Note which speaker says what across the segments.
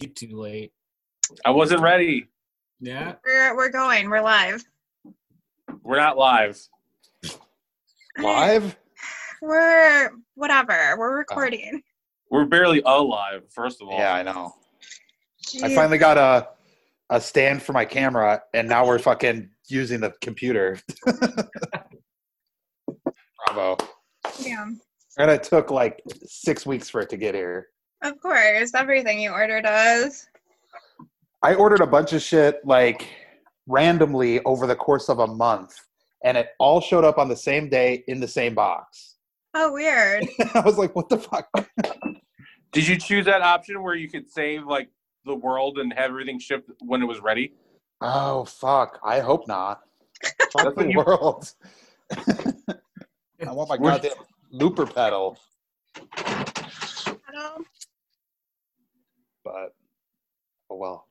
Speaker 1: You're too late.
Speaker 2: I wasn't ready.
Speaker 1: Yeah.
Speaker 3: We're, we're going. We're live.
Speaker 2: We're not live.
Speaker 4: Live? Uh,
Speaker 3: We're whatever. We're recording.
Speaker 2: We're barely alive, first of all.
Speaker 4: Yeah, I know. I
Speaker 3: Jeez.
Speaker 4: finally got a a stand for my camera, and now we're fucking using the computer. Bravo.
Speaker 3: Damn.
Speaker 4: And it took like six weeks for it to get here.
Speaker 3: Of course, everything you order does.
Speaker 4: I ordered a bunch of shit like randomly over the course of a month, and it all showed up on the same day in the same box.
Speaker 3: Oh, weird.
Speaker 4: I was like, what the fuck?
Speaker 2: Did you choose that option where you could save like the world and have everything shipped when it was ready?
Speaker 4: Oh, fuck. I hope not. Fuck
Speaker 2: That's what
Speaker 4: the
Speaker 2: you-
Speaker 4: world. I want my
Speaker 2: We're-
Speaker 4: goddamn looper pedal.
Speaker 3: I don't-
Speaker 4: but oh well.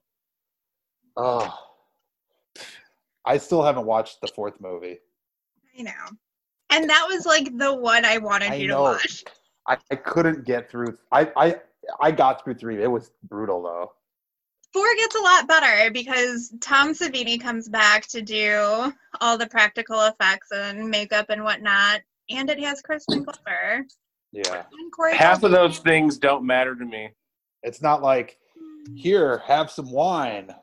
Speaker 4: Oh, I still haven't watched the fourth movie.
Speaker 3: I know. And that was like the one I wanted
Speaker 4: I
Speaker 3: you
Speaker 4: know.
Speaker 3: to watch.
Speaker 4: I, I couldn't get through. I, I I got through three. It was brutal though.
Speaker 3: Four gets a lot better because Tom Savini comes back to do all the practical effects and makeup and whatnot. And it has Kristen Glover.
Speaker 4: Yeah,
Speaker 3: And Corey
Speaker 2: Half of
Speaker 3: Feldman.
Speaker 2: those things don't matter to me.
Speaker 4: it's not like here, have some wine.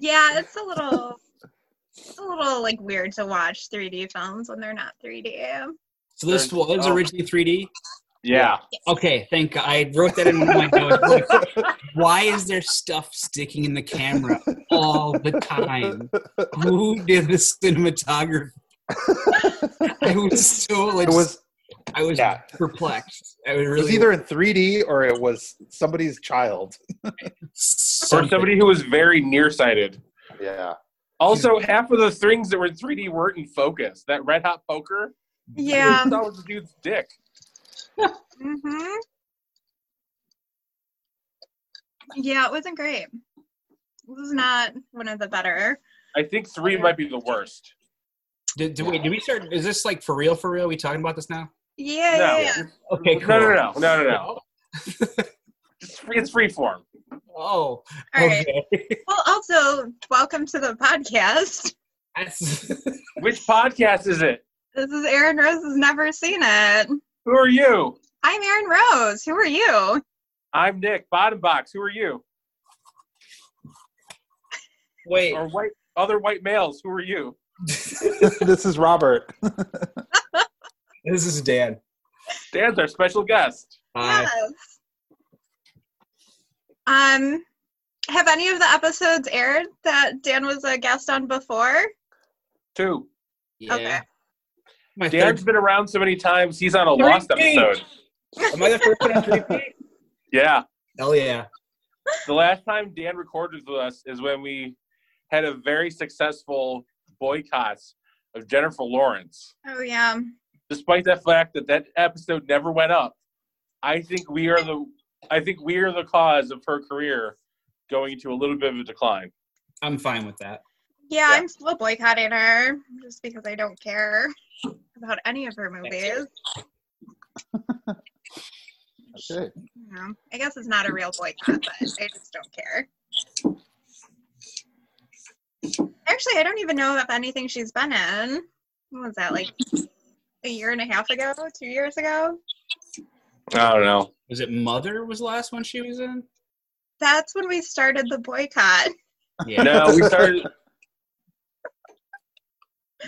Speaker 3: Yeah, it's a little it's a little like weird to watch 3D films when they're not 3D.
Speaker 1: So this
Speaker 2: There's-
Speaker 1: was
Speaker 2: oh.
Speaker 1: originally 3D.
Speaker 2: Yeah.
Speaker 1: Okay, thank God. I wrote that in one of my notes. Like, why is there stuff sticking in the camera all the time? Who did the cinematography? I was so like
Speaker 4: It was
Speaker 1: I was
Speaker 4: yeah.
Speaker 1: perplexed. I was
Speaker 4: it
Speaker 1: really
Speaker 4: was either in 3D or it was somebody's child.
Speaker 2: Or somebody who was very nearsighted.
Speaker 4: Yeah,
Speaker 2: Also, half of those things that were in 3D weren't in focus. That red hot poker,
Speaker 3: Yeah.
Speaker 2: that was the dude's dick.
Speaker 3: hmm Yeah, it wasn't great. This is not one of the better.
Speaker 2: I think three might be the worst.
Speaker 1: Did, did, wait, did we start? Is this like for real? For real? we talking about this now?
Speaker 3: Yeah,
Speaker 2: No.
Speaker 3: yeah, yeah.
Speaker 1: Okay, cool.
Speaker 2: No, no, no, no, no, no. It's free, it's free form.
Speaker 1: Oh,
Speaker 3: All right.
Speaker 1: okay.
Speaker 3: Well, also, welcome to the podcast.
Speaker 1: That's-
Speaker 2: Which podcast is it?
Speaker 3: This is Erin Rose has never seen it.
Speaker 2: Who are you?
Speaker 3: I'm Erin Rose. Who are you?
Speaker 2: I'm Nick Bottom Box. Who are you?
Speaker 1: wait.
Speaker 2: Or white other white males? Who are you?
Speaker 4: this is Robert.
Speaker 1: This is Dan.
Speaker 2: Dan's our special guest.
Speaker 1: Hi.
Speaker 3: Yes. Um, have any of the episodes aired that Dan was a guest on before?
Speaker 2: Two.
Speaker 1: Yeah.
Speaker 3: Okay.
Speaker 1: My
Speaker 2: Dan's
Speaker 1: third,
Speaker 2: been around so many times. He's on a lost
Speaker 1: Thirteen.
Speaker 2: episode.
Speaker 1: am I the first one to repeat?
Speaker 2: Yeah.
Speaker 1: Hell yeah.
Speaker 2: The last time Dan recorded with us is when we had a very successful boycott of Jennifer Lawrence.
Speaker 3: Oh yeah.
Speaker 2: Despite the fact that that episode never went up, I think we are the I think we are the cause of her career going to a little bit of a decline.
Speaker 1: I'm fine with that.
Speaker 3: Yeah,
Speaker 2: Yeah.
Speaker 3: I'm still boycotting her just because I don't care about any of her movies.
Speaker 4: Okay.
Speaker 3: You know, I guess it's not a real boycott, but I just don't care. Actually, I don't even know if anything she's been in. What was that, like a year and a half ago, two years ago?
Speaker 2: I don't know.
Speaker 1: Was it Mother was the last one she was in?
Speaker 3: That's when we started the boycott.
Speaker 1: Yeah.
Speaker 2: No, we started.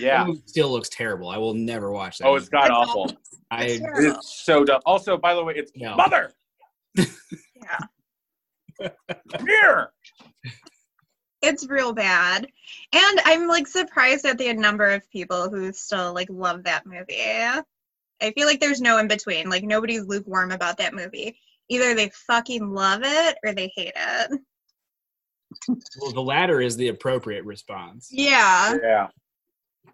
Speaker 2: Yeah.
Speaker 1: That movie still looks terrible. I will never watch that.
Speaker 2: Oh, it's
Speaker 1: movie.
Speaker 2: god awful.
Speaker 1: I
Speaker 3: It's terrible.
Speaker 2: It's so dumb. Also, by the way, it's
Speaker 1: No.
Speaker 2: mother
Speaker 3: Yeah.
Speaker 2: here.
Speaker 3: It's real bad. And I'm like surprised at the number of people who still like love that movie. I feel like there's no in between. Like nobody's lukewarm about that movie. Either they fucking love it or they hate it.
Speaker 1: well, the latter is the appropriate response
Speaker 3: Yeah.
Speaker 2: Yeah.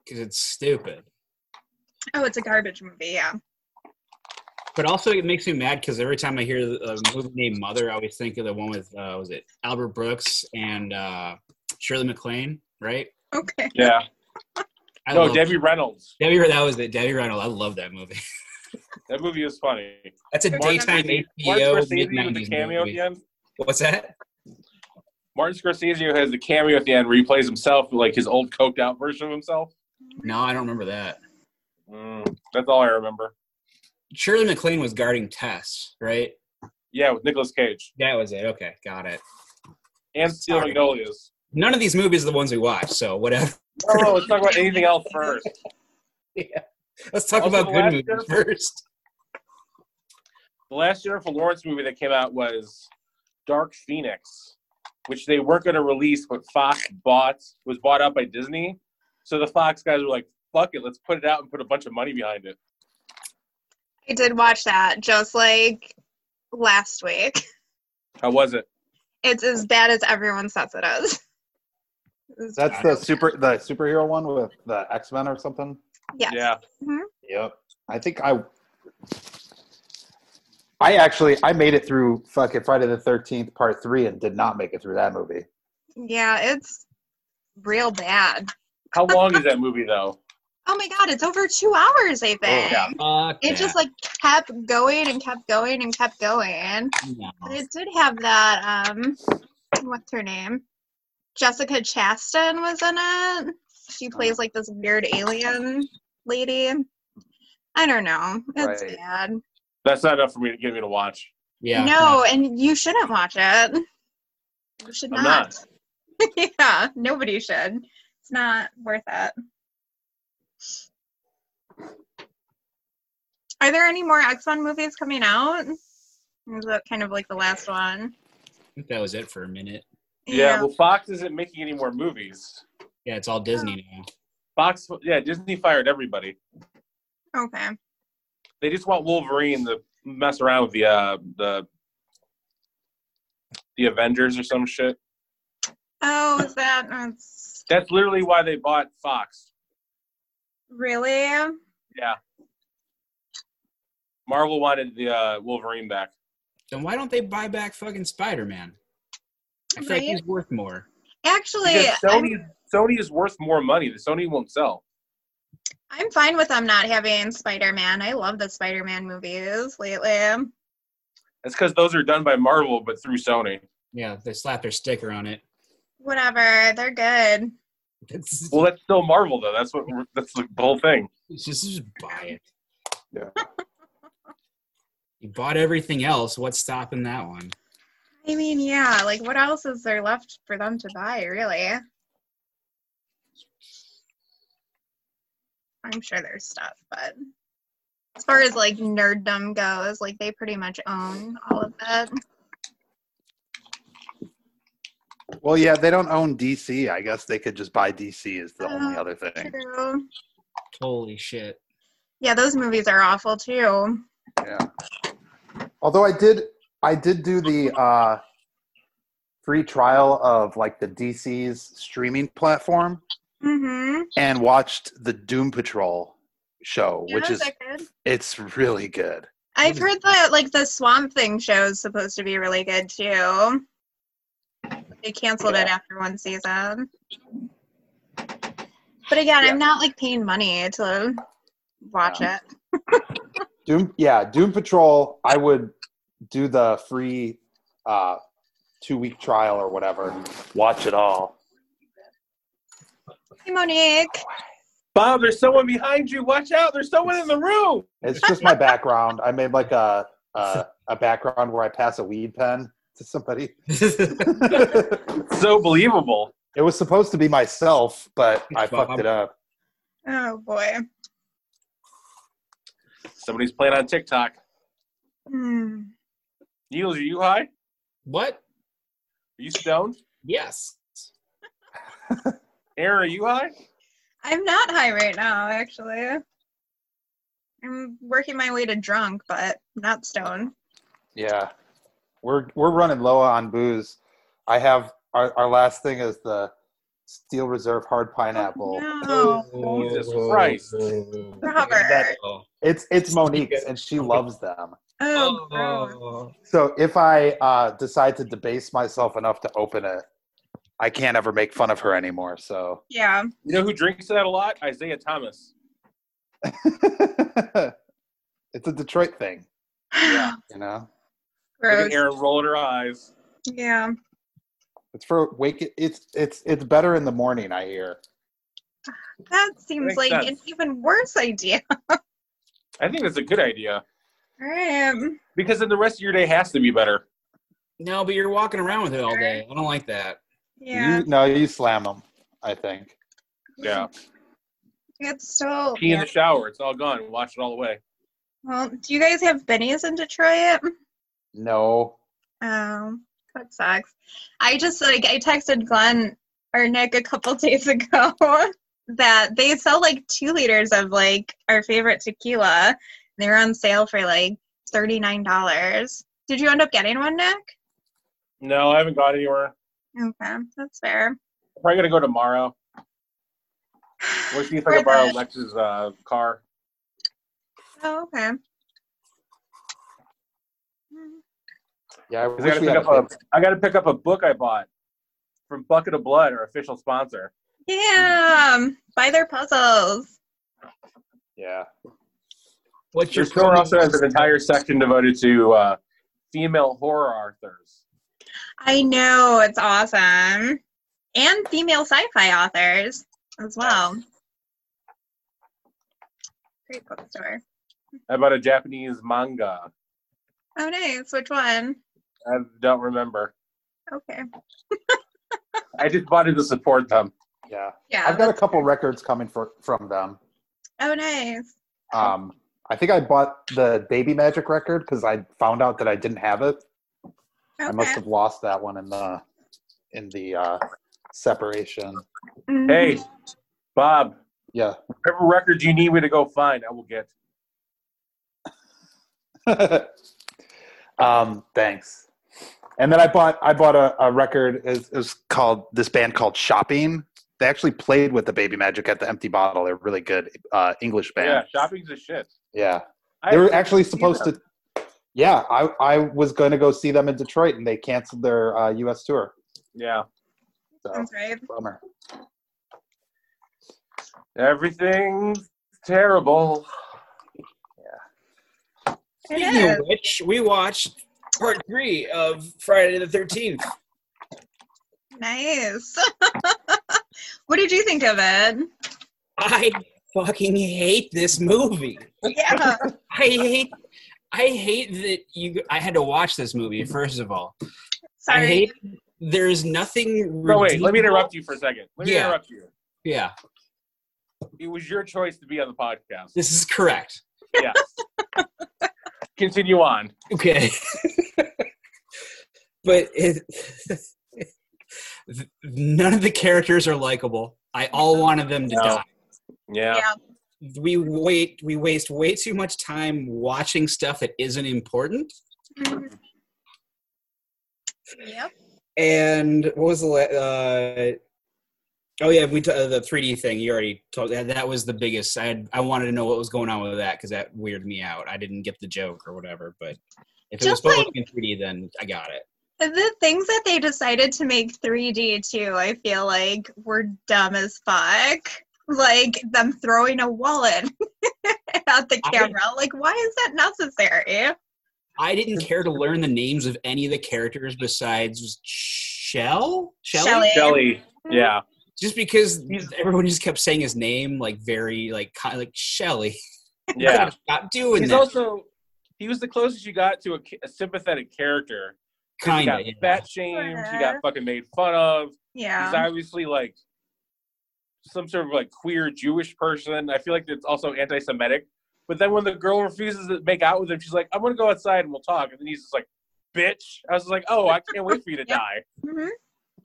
Speaker 1: because it's stupid.
Speaker 3: Oh, it's a garbage movie. Yeah.
Speaker 1: But also, it makes me mad because every time I hear the a movie named Mother, I always think of the one with uh, was it Albert Brooks and uh, Shirley MacLaine, right?
Speaker 3: Okay.
Speaker 2: Yeah.
Speaker 1: I
Speaker 2: no,
Speaker 1: love-
Speaker 2: Debbie Reynolds.
Speaker 1: Debbie. That was it. Debbie Reynolds. I love that movie.
Speaker 2: That movie was funny.
Speaker 1: That's a
Speaker 3: Martin
Speaker 1: daytime
Speaker 2: Scorsese- Martin
Speaker 1: HBO
Speaker 2: Scorsese with the
Speaker 1: mid-nineties
Speaker 2: cameo at
Speaker 1: movie.
Speaker 2: the end.
Speaker 1: What's that?
Speaker 2: Martin Scorsese has the cameo at the end where he plays himself, like his old coked out version of himself.
Speaker 1: No, I don't remember that.
Speaker 2: Mm, that's all I remember.
Speaker 1: Shirley MacLaine was guarding Tess, right?
Speaker 2: Yeah, with Nicolas Cage
Speaker 1: That was it. Okay, got it.
Speaker 2: and Steel
Speaker 1: Sorry.
Speaker 2: Magnolias.
Speaker 1: None of these movies are the ones we watch, so whatever.
Speaker 2: No, no, let's talk about anything else first.
Speaker 1: Let's talk
Speaker 2: Also,
Speaker 1: about
Speaker 2: the
Speaker 1: good
Speaker 2: last
Speaker 1: movies
Speaker 2: year-
Speaker 1: first.
Speaker 2: The last Jennifer Lawrence movie that came out was Dark Phoenix, which they weren't going to release, but Fox bought was bought out by Disney. So the Fox guys were like, "Fuck it, let's put it out and put a bunch of money behind it."
Speaker 3: I did watch that just like last week.
Speaker 2: How was it?
Speaker 3: It's as bad as everyone says it is. It's
Speaker 4: That's the super the superhero one with the X Men or something.
Speaker 3: Yes.
Speaker 2: Yeah,
Speaker 4: Yep. I think I I actually I made it through fucking Friday the thirteenth part three and did not make it through that movie.
Speaker 3: Yeah, it's real bad.
Speaker 2: how long is that movie though?
Speaker 3: Oh my god, it's over two hours, I
Speaker 2: Oh,
Speaker 3: think.
Speaker 2: yeah.
Speaker 1: Fuck
Speaker 3: It just like kept going and kept going and kept going.
Speaker 1: that. No.
Speaker 3: But it did have that um what's her name? Jessica Chastain was in it. She plays like this weird alien lady. I don't know. It's
Speaker 4: Right.
Speaker 3: bad.
Speaker 2: That's not enough for me to get me to watch.
Speaker 1: Yeah.
Speaker 3: no, and you shouldn't watch it. You should
Speaker 2: I'm
Speaker 3: not. yeah, nobody should. It's not worth it. Are there any more X Men movies coming out? Is that kind of like the last one?
Speaker 1: I think that was it for a minute.
Speaker 2: Yeah, well, Fox isn't making any more movies.
Speaker 1: Yeah, it's all Disney
Speaker 3: Oh.
Speaker 1: now.
Speaker 2: Fox, yeah, Disney fired everybody.
Speaker 3: okay.
Speaker 2: They just want Wolverine to mess around with the uh, the the Avengers or some shit.
Speaker 3: Oh, is that that's
Speaker 2: That's literally why they bought Fox.
Speaker 3: really?
Speaker 2: Yeah. Marvel wanted the uh, Wolverine back.
Speaker 1: Then why don't they buy back fucking Spider Man? I feel like
Speaker 3: Right.
Speaker 1: he's worth more.
Speaker 3: Actually,
Speaker 2: Because
Speaker 3: I'm,
Speaker 2: Sony, Sony is worth more money. The Sony won't sell.
Speaker 3: I'm fine with them not having Spider Man. I love the Spider Man movies lately.
Speaker 2: That's because those are done by Marvel, but through Sony.
Speaker 1: Yeah, they slap their sticker on it.
Speaker 3: Whatever, they're good.
Speaker 1: It's,
Speaker 2: Well, that's still Marvel, though. That's what we're- that's the whole thing.
Speaker 1: it's just, just buy it.
Speaker 4: Yeah.
Speaker 1: you bought everything else. What's stopping that one?
Speaker 3: I mean, yeah, like what else is there left for them to buy, really? I'm sure there's stuff, but as far as like nerddom goes, like they pretty much own all of that.
Speaker 4: Well, yeah, they don't own DC. I guess they could just buy DC is the only
Speaker 3: Oh,
Speaker 4: other thing.
Speaker 3: True.
Speaker 1: Holy shit.
Speaker 3: Yeah, those movies are awful too.
Speaker 4: Yeah. Although I did I did do the uh free trial of like the DC's streaming platform
Speaker 3: Mm-hmm.
Speaker 4: and watched the Doom Patrol show, which is
Speaker 3: I good?
Speaker 4: it's really good.
Speaker 3: I've heard that like the Swamp Thing show is supposed to be really good too. They canceled it after one season. But again, I'm not like paying money to watch
Speaker 4: Yeah.
Speaker 3: it.
Speaker 4: Doom, yeah, Doom Patrol. I would do the free uh, two week trial or whatever. Watch it all.
Speaker 3: Hey, Monique.
Speaker 2: Bob, there's someone behind you. Watch out! There's someone in the room.
Speaker 4: It's just my background. I made like a a, a background where I pass a weed pen to somebody. it
Speaker 2: So believable.
Speaker 4: was supposed to be myself, but I fucked it up.
Speaker 3: Oh boy.
Speaker 2: Somebody's playing on TikTok.
Speaker 3: Hmm.
Speaker 2: Niels, are you high? Are
Speaker 1: what?
Speaker 2: you stoned?
Speaker 1: Yes.
Speaker 2: Aaron, are you high?
Speaker 3: I'm not high right now, actually. I'm working my way to drunk, but not stoned.
Speaker 4: Yeah, we're we're running low on booze. I have our our last thing is the Steel Reserve Hard Pineapple.
Speaker 3: Oh, No.
Speaker 2: Jesus Christ.
Speaker 3: Robert.
Speaker 1: Oh.
Speaker 4: It's it's Monique's and she loves them.
Speaker 3: Oh, gross.
Speaker 4: So if I uh, decide to debase myself enough to open it, I can't ever make fun of her anymore. So
Speaker 3: yeah.
Speaker 2: You know who drinks that a lot? Isaiah Thomas.
Speaker 4: I It's a Detroit thing,
Speaker 2: Yeah.
Speaker 4: you know.
Speaker 2: Look
Speaker 3: Gross.
Speaker 2: at Aaron rolling her eyes.
Speaker 3: Yeah.
Speaker 4: It's for wake. It's it's it's better in the morning. I hear.
Speaker 3: That seems
Speaker 2: Makes
Speaker 3: like
Speaker 2: sense.
Speaker 3: an even worse idea.
Speaker 2: I think that's a good idea
Speaker 3: All right.
Speaker 2: because then the rest of your day has to be better.
Speaker 1: No, but you're walking around with it all day. I don't like that.
Speaker 3: Yeah.
Speaker 4: You, no, you slam them. I think.
Speaker 2: Yeah.
Speaker 3: It's so.
Speaker 2: Pee in the shower. It's all gone. Wash it all away.
Speaker 3: Well, do you guys have Benny's in Detroit?
Speaker 4: No.
Speaker 3: Um, that sucks. I just like I texted Glenn or Nick a couple days ago that they sell like two liters of like our favorite tequila. They're on sale for like thirty nine dollars. Did you end up getting one, Nick?
Speaker 2: No, I haven't gone anywhere.
Speaker 3: Okay, that's fair.
Speaker 2: I'm probably gonna go tomorrow. We'll see if I can
Speaker 3: Where
Speaker 2: borrow
Speaker 3: the-
Speaker 2: Lex's uh, car.
Speaker 3: Oh, okay.
Speaker 4: Yeah, I
Speaker 2: 'Cause I
Speaker 4: wish
Speaker 2: gotta
Speaker 4: we
Speaker 2: pick
Speaker 4: had
Speaker 2: up
Speaker 4: a,
Speaker 2: a uh, I gotta pick up a book I bought from Bucket of Blood, our official sponsor.
Speaker 3: Yeah, buy their puzzles.
Speaker 4: Yeah.
Speaker 1: What's
Speaker 2: Your
Speaker 1: your
Speaker 2: store also has an entire section devoted to uh, female horror authors.
Speaker 3: I know it's awesome, and female sci-fi authors as well. Great bookstore.
Speaker 2: I bought a Japanese manga.
Speaker 3: Oh, nice. Which one?
Speaker 2: I don't remember.
Speaker 3: Okay.
Speaker 2: I just bought it to support them.
Speaker 4: Yeah.
Speaker 3: Yeah.
Speaker 4: I've got a couple records coming for, from them.
Speaker 3: oh, nice.
Speaker 4: Um, I think I bought the Baby Magic record because I found out that I didn't have it. I must
Speaker 3: Okay.
Speaker 4: have lost that one in the in the uh, separation.
Speaker 3: Mhm.
Speaker 2: Hey, Bob,
Speaker 4: Yeah.
Speaker 2: whatever record you need me to go find, I will get.
Speaker 4: um, thanks. And then I bought I bought a, a record. It was called this band called Shopping. They actually played with the Baby Magic at the Empty Bottle. They're really good uh, English band.
Speaker 2: Yeah, shopping's a shit.
Speaker 4: Yeah.
Speaker 2: I
Speaker 4: they were
Speaker 2: haven't
Speaker 4: actually
Speaker 2: seen
Speaker 4: supposed
Speaker 2: them.
Speaker 4: to yeah i i was going to go see them in detroit and they canceled their uh, us tour
Speaker 2: Yeah,
Speaker 4: so
Speaker 3: Sounds right.
Speaker 4: bummer
Speaker 2: everything's terrible.
Speaker 3: It
Speaker 1: Speaking
Speaker 3: is.
Speaker 1: of which, we watched part three of Friday the 13th.
Speaker 3: Nice. what did you think of it?
Speaker 1: I fucking hate this movie.
Speaker 3: Yeah.
Speaker 1: I hate. I hate that you. I had to watch this movie first of all. I
Speaker 3: Sorry.
Speaker 1: hate. There's nothing.
Speaker 2: No, wait, let me
Speaker 1: redeemable-
Speaker 2: interrupt you for a second. Let me
Speaker 1: Yeah.
Speaker 2: interrupt you.
Speaker 1: Yeah,
Speaker 2: It was your choice to be on the podcast.
Speaker 1: this is correct.
Speaker 2: yes. Continue on.
Speaker 1: Okay. but it, none of the characters are likable. I all wanted them to
Speaker 2: No.
Speaker 1: die.
Speaker 2: Yeah.
Speaker 3: Yeah.
Speaker 1: We wait. We waste way too much time watching stuff that isn't important.
Speaker 3: Mhm. Yep.
Speaker 1: And what was the la- uh, oh yeah, we t- uh, the 3D thing. You already told that that was the biggest. I had, I wanted to know what was going on with that because that weirded me out. I didn't get the joke or whatever. But if it was
Speaker 3: Just
Speaker 1: supposed
Speaker 3: like-
Speaker 1: to be in 3D, then I got it.
Speaker 3: The things that they decided to make 3D too, I feel like were dumb as fuck. Like them throwing a wallet at the
Speaker 1: I-
Speaker 3: camera. Like, why is that necessary?
Speaker 1: I didn't care to learn the names of any of the characters besides Shell. Shell.
Speaker 3: Shelley.
Speaker 2: Shelly. Yeah.
Speaker 1: Just because
Speaker 2: He's-
Speaker 1: everyone just kept saying his name like very like kind like Shelly.
Speaker 2: Yeah.
Speaker 1: Stop doing
Speaker 2: He's
Speaker 1: that.
Speaker 2: also he was the closest you got to a, ca- a sympathetic character. 'Cause
Speaker 1: kind of.
Speaker 2: He got fat shamed. He got fucking made fun of. He's
Speaker 3: Yeah.
Speaker 2: obviously like some sort of like queer Jewish person. I feel like it's also anti-Semitic. But then when the girl refuses to make out with him, she's like, "I'm gonna go outside and we'll talk." And then he's just like, "Bitch!" I was like, "Oh, I can't wait for you to
Speaker 3: Yeah.
Speaker 2: die."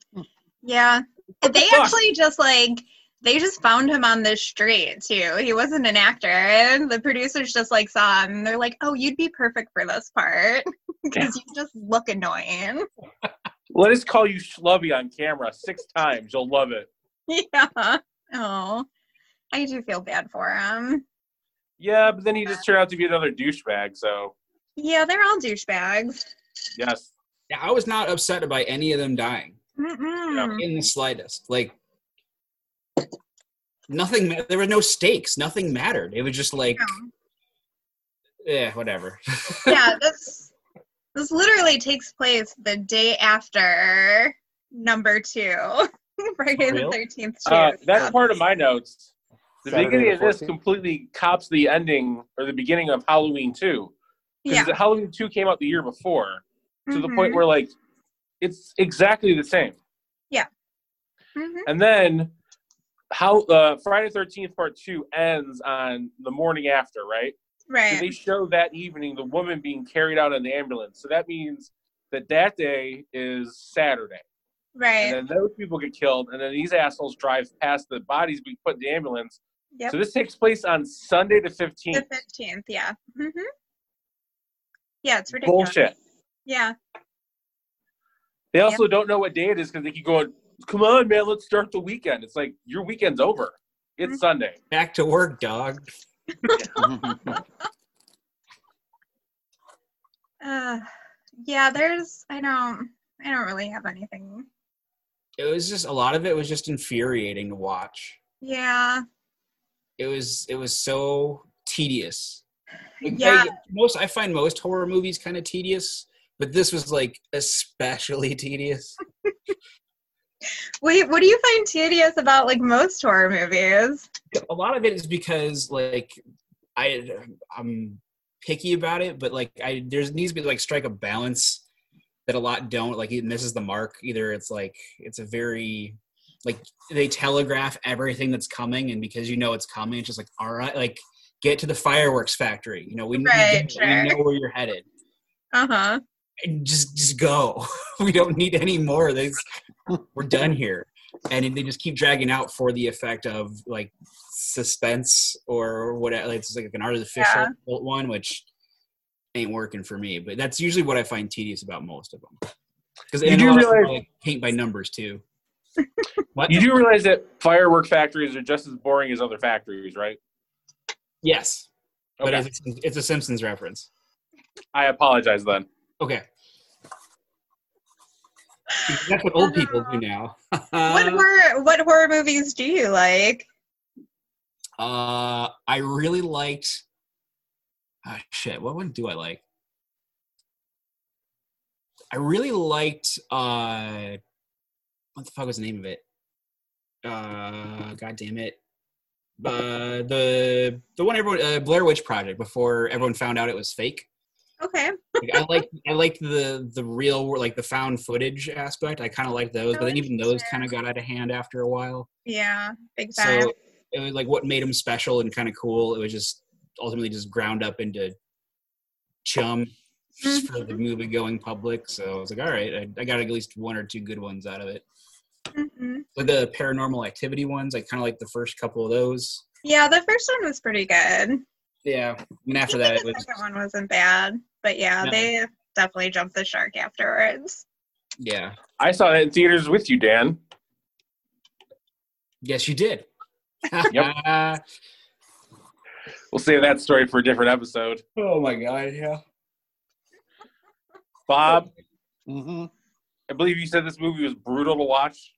Speaker 3: hmm Yeah. They
Speaker 2: fuck?
Speaker 3: actually just like they just found him on the street too. He wasn't an actor, and the producers just like saw him. And they're like, "Oh, you'd be perfect for this part because you just look annoying."
Speaker 2: Let us call you schlubby on camera six times. You'll love it.
Speaker 3: yeah. Oh, I do feel bad for him.
Speaker 2: Yeah, but then he just turned out to be another douchebag. So
Speaker 3: Yeah, they're all douchebags.
Speaker 2: yes,
Speaker 1: Yeah, I was not upset by any of them dying
Speaker 3: Mm-mm.
Speaker 1: in the slightest. Like nothing. ma- There were no stakes. Nothing mattered. It was just like
Speaker 3: No.
Speaker 1: yeah, eh, whatever.
Speaker 3: yeah, this this literally takes place the day after number two, Friday the
Speaker 2: Real?
Speaker 3: Thirteenth.
Speaker 2: Uh, that's part of my notes. The
Speaker 4: Saturday
Speaker 2: beginning
Speaker 4: the
Speaker 2: of this
Speaker 4: 14th?
Speaker 2: completely cops the ending or the beginning of Halloween 2.
Speaker 3: yeah.
Speaker 2: Because Halloween 2 came out the year before to the
Speaker 3: Mhm.
Speaker 2: point where, like, it's exactly the same.
Speaker 3: Mhm.
Speaker 2: And then how uh, Friday 13th part 2 ends on the morning after, right? So they
Speaker 3: right.
Speaker 2: show that evening the woman being carried out in the ambulance. So that means that that day is Saturday. And
Speaker 3: Right.
Speaker 2: then those people get killed, and then these assholes drive past the bodies we put in the ambulance.
Speaker 3: Yep.
Speaker 2: So this takes place on Sunday the
Speaker 3: the
Speaker 2: 15th.
Speaker 3: fifteenth. Yeah. hmm Yeah, it's ridiculous.
Speaker 2: Bullshit.
Speaker 3: Yeah.
Speaker 2: They also don't know what day it is because they keep going, come on, man, let's start the weekend. It's like, your weekend's over. It's
Speaker 3: Mhm.
Speaker 2: Sunday.
Speaker 1: Back to work, dog.
Speaker 3: Uh, yeah. There's. I don't. I don't really have anything.
Speaker 1: It was just a lot of it was just infuriating to watch.
Speaker 3: Yeah.
Speaker 1: It was it was so tedious. Like,
Speaker 3: Yeah.
Speaker 1: I- most I find most horror movies kind of tedious, but this was like especially tedious.
Speaker 3: Wait. What do you find tedious about like most horror movies?
Speaker 1: a lot of it is because like I I'm picky about it, but like I there's needs to be like strike a balance that a lot don't like it misses the mark. Either it's like it's a very like they telegraph everything that's coming, and because you know it's coming, it's just like all right, like get to the fireworks factory. You know we, we
Speaker 3: Right,
Speaker 1: get- we know where you're headed.
Speaker 3: Uh huh.
Speaker 1: And just just go. we don't need any more. These we're done here. And they just keep dragging out for the effect of like suspense or whatever. Like, it's like an artificial
Speaker 3: Yeah.
Speaker 1: one, which ain't working for me. But that's usually what I find tedious about most of them. Because
Speaker 2: You
Speaker 1: they
Speaker 2: do
Speaker 1: do
Speaker 2: realize-
Speaker 1: like paint by numbers too. what?
Speaker 2: You do realize that firework factories are just as boring as other factories, right?
Speaker 1: yes, but
Speaker 2: Okay.
Speaker 1: it's, it's a Simpsons reference.
Speaker 2: I apologize then.
Speaker 1: Okay. That's what old people do now.
Speaker 3: what
Speaker 1: Um,
Speaker 3: horror What horror movies do you like?
Speaker 1: Uh, I really liked. Ah, shit. What one do I like? I really liked. Uh, what the fuck was the name of it? Uh, God damn it. Uh, the the one everyone uh, Blair Witch Project before everyone found out it was fake.
Speaker 3: Okay.
Speaker 1: Like, I like I liked the the real wor- like the found footage aspect. I kind of liked those, but then even those kind of got out of hand after a while.
Speaker 3: Yeah. Big time.
Speaker 1: So it was like what made him special and kind of cool. It was just ultimately just ground up into chum just for the movie going public. So I was like, all right, I, I got at least one or two good ones out of it.
Speaker 3: Mhm.
Speaker 1: But the paranormal activity ones, I kind of like the first couple of those.
Speaker 3: Yeah, the first one was pretty good.
Speaker 1: Yeah, and after
Speaker 3: Even
Speaker 1: that it
Speaker 3: the
Speaker 1: was
Speaker 3: second one wasn't bad, but yeah,
Speaker 1: No.
Speaker 3: they definitely jumped the shark afterwards.
Speaker 1: yeah.
Speaker 2: I saw that in theaters with you, Dan.
Speaker 1: Yes, you did.
Speaker 2: We'll save that story for a different episode.
Speaker 1: oh my god, yeah.
Speaker 2: Bob,
Speaker 4: Mhm.
Speaker 2: I believe you said this movie was brutal to watch.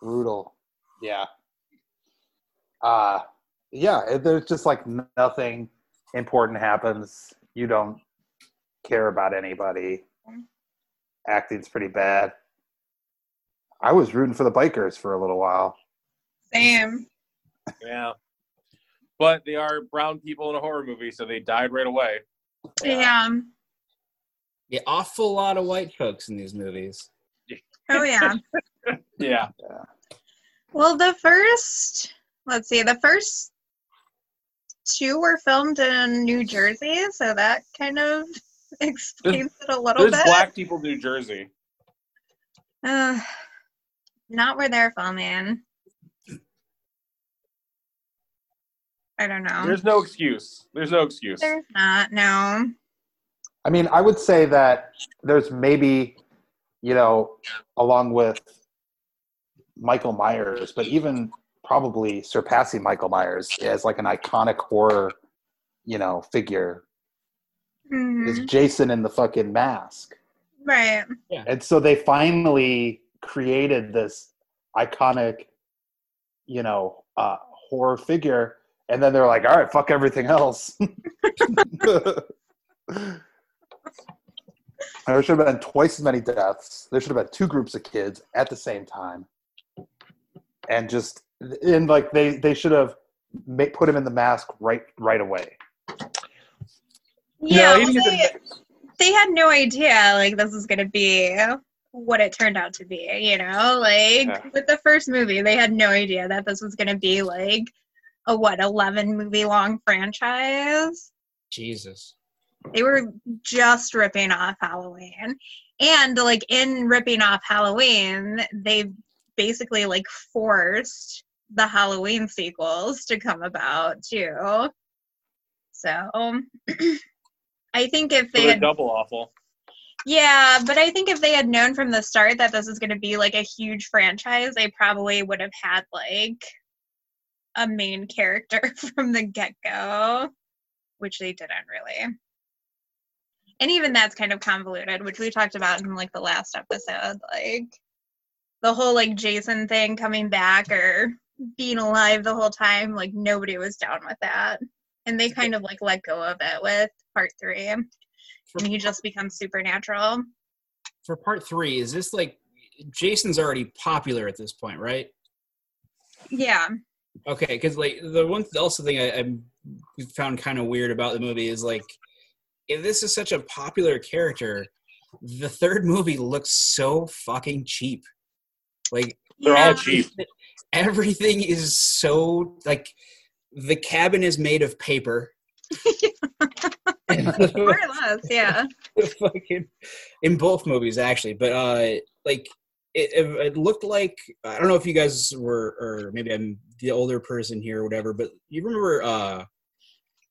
Speaker 4: Brutal. Yeah. Uh yeah, it- there's just like n- nothing important happens. You don't care about anybody. Acting's pretty bad. I was rooting for the bikers for a little while.
Speaker 3: Same.
Speaker 2: Yeah. But they are brown people in a horror movie, so they died right away.
Speaker 3: Yeah.
Speaker 1: Yeah, awful lot of white folks in these movies.
Speaker 3: Oh yeah.
Speaker 2: Yeah.
Speaker 3: well, the first, let's see, the first two were filmed in New Jersey, so that kind of explains it a little
Speaker 2: There's
Speaker 3: bit.
Speaker 2: black people in New Jersey.
Speaker 3: Ugh. not where they're filming. I don't know.
Speaker 2: There's no excuse. There's no excuse.
Speaker 3: There's not. No.
Speaker 4: I mean, I would say that there's maybe, you know, along with Michael Myers, but even probably surpassing Michael Myers as like an iconic horror, you know, figure
Speaker 3: Mhm.
Speaker 4: is Jason in the fucking mask.
Speaker 3: Right.
Speaker 4: And so they finally created this iconic, you know, uh, horror figure and then they're like, all right, fuck everything else. there should have been twice as many deaths. There should have been two groups of kids at the same time, and just and like they they should have ma- put him in the mask right right away.
Speaker 3: Yeah,
Speaker 2: No, he's
Speaker 3: well,
Speaker 2: just-
Speaker 3: they, they had no idea like this was gonna be what it turned out to be. You know, like
Speaker 2: Yeah.
Speaker 3: with the first movie, they had no idea that this was gonna be like a what eleven movie long franchise.
Speaker 1: Jesus.
Speaker 3: They were just ripping off Halloween, and like in ripping off Halloween, they basically like forced the Halloween sequels to come about too. So. I think if
Speaker 2: So
Speaker 3: they
Speaker 2: they're
Speaker 3: had
Speaker 2: double awful.
Speaker 3: yeah, but I think if they had known from the start that this is going to be like a huge franchise, they probably would have had like a main character from the get go, which they didn't really. And even that's kind of convoluted, which we talked about in like the last episode. Like the whole like Jason thing coming back or being alive the whole time, like nobody was down with that. And they kind of like let go of it with part three
Speaker 1: For,
Speaker 3: and he just becomes supernatural.
Speaker 1: for part three, is this like Jason's already popular at this point, right?
Speaker 3: Yeah.
Speaker 1: Okay, because like the one th- also thing I, I found kind of weird about the movie is like, if this is such a popular character, the third movie looks so fucking cheap. Like
Speaker 2: They're
Speaker 3: yeah.
Speaker 2: all cheap.
Speaker 1: everything is so like the cabin is made of paper. And the-
Speaker 3: More or less, yeah.
Speaker 1: the fucking in both movies actually but uh like it, it, it looked like i don't know if you guys were or maybe i'm the older person here or whatever but you remember uh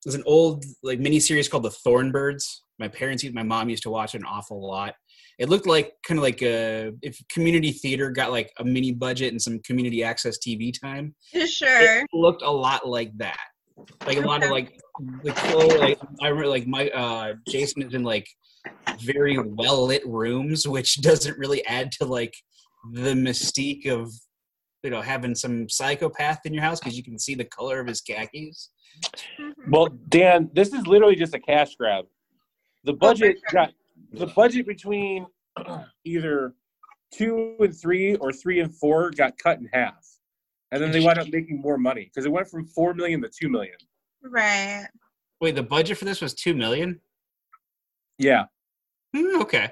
Speaker 1: there's an old like mini series called the thornbirds my parents my mom used to watch it an awful lot it looked like kind of like uh if community theater got like a mini budget and some community access tv time
Speaker 3: Sure.
Speaker 1: it looked a lot like that. Like a lot of like the clothes. Like I remember, like my uh, Jason is in like very well lit rooms, which doesn't really add to like the mystique of you know having some psychopath in your house because you can see the color of his khakis.
Speaker 3: Mhm.
Speaker 2: Well, Dan, this is literally just a cash grab. The budget
Speaker 3: Oh, sure.
Speaker 2: got the budget between either two and three or three and four got cut in half, and then they wound up making more money because it went from four million to two million.
Speaker 3: Right.
Speaker 1: Wait, the budget for this was two million.
Speaker 2: Yeah,
Speaker 1: Hmm, okay.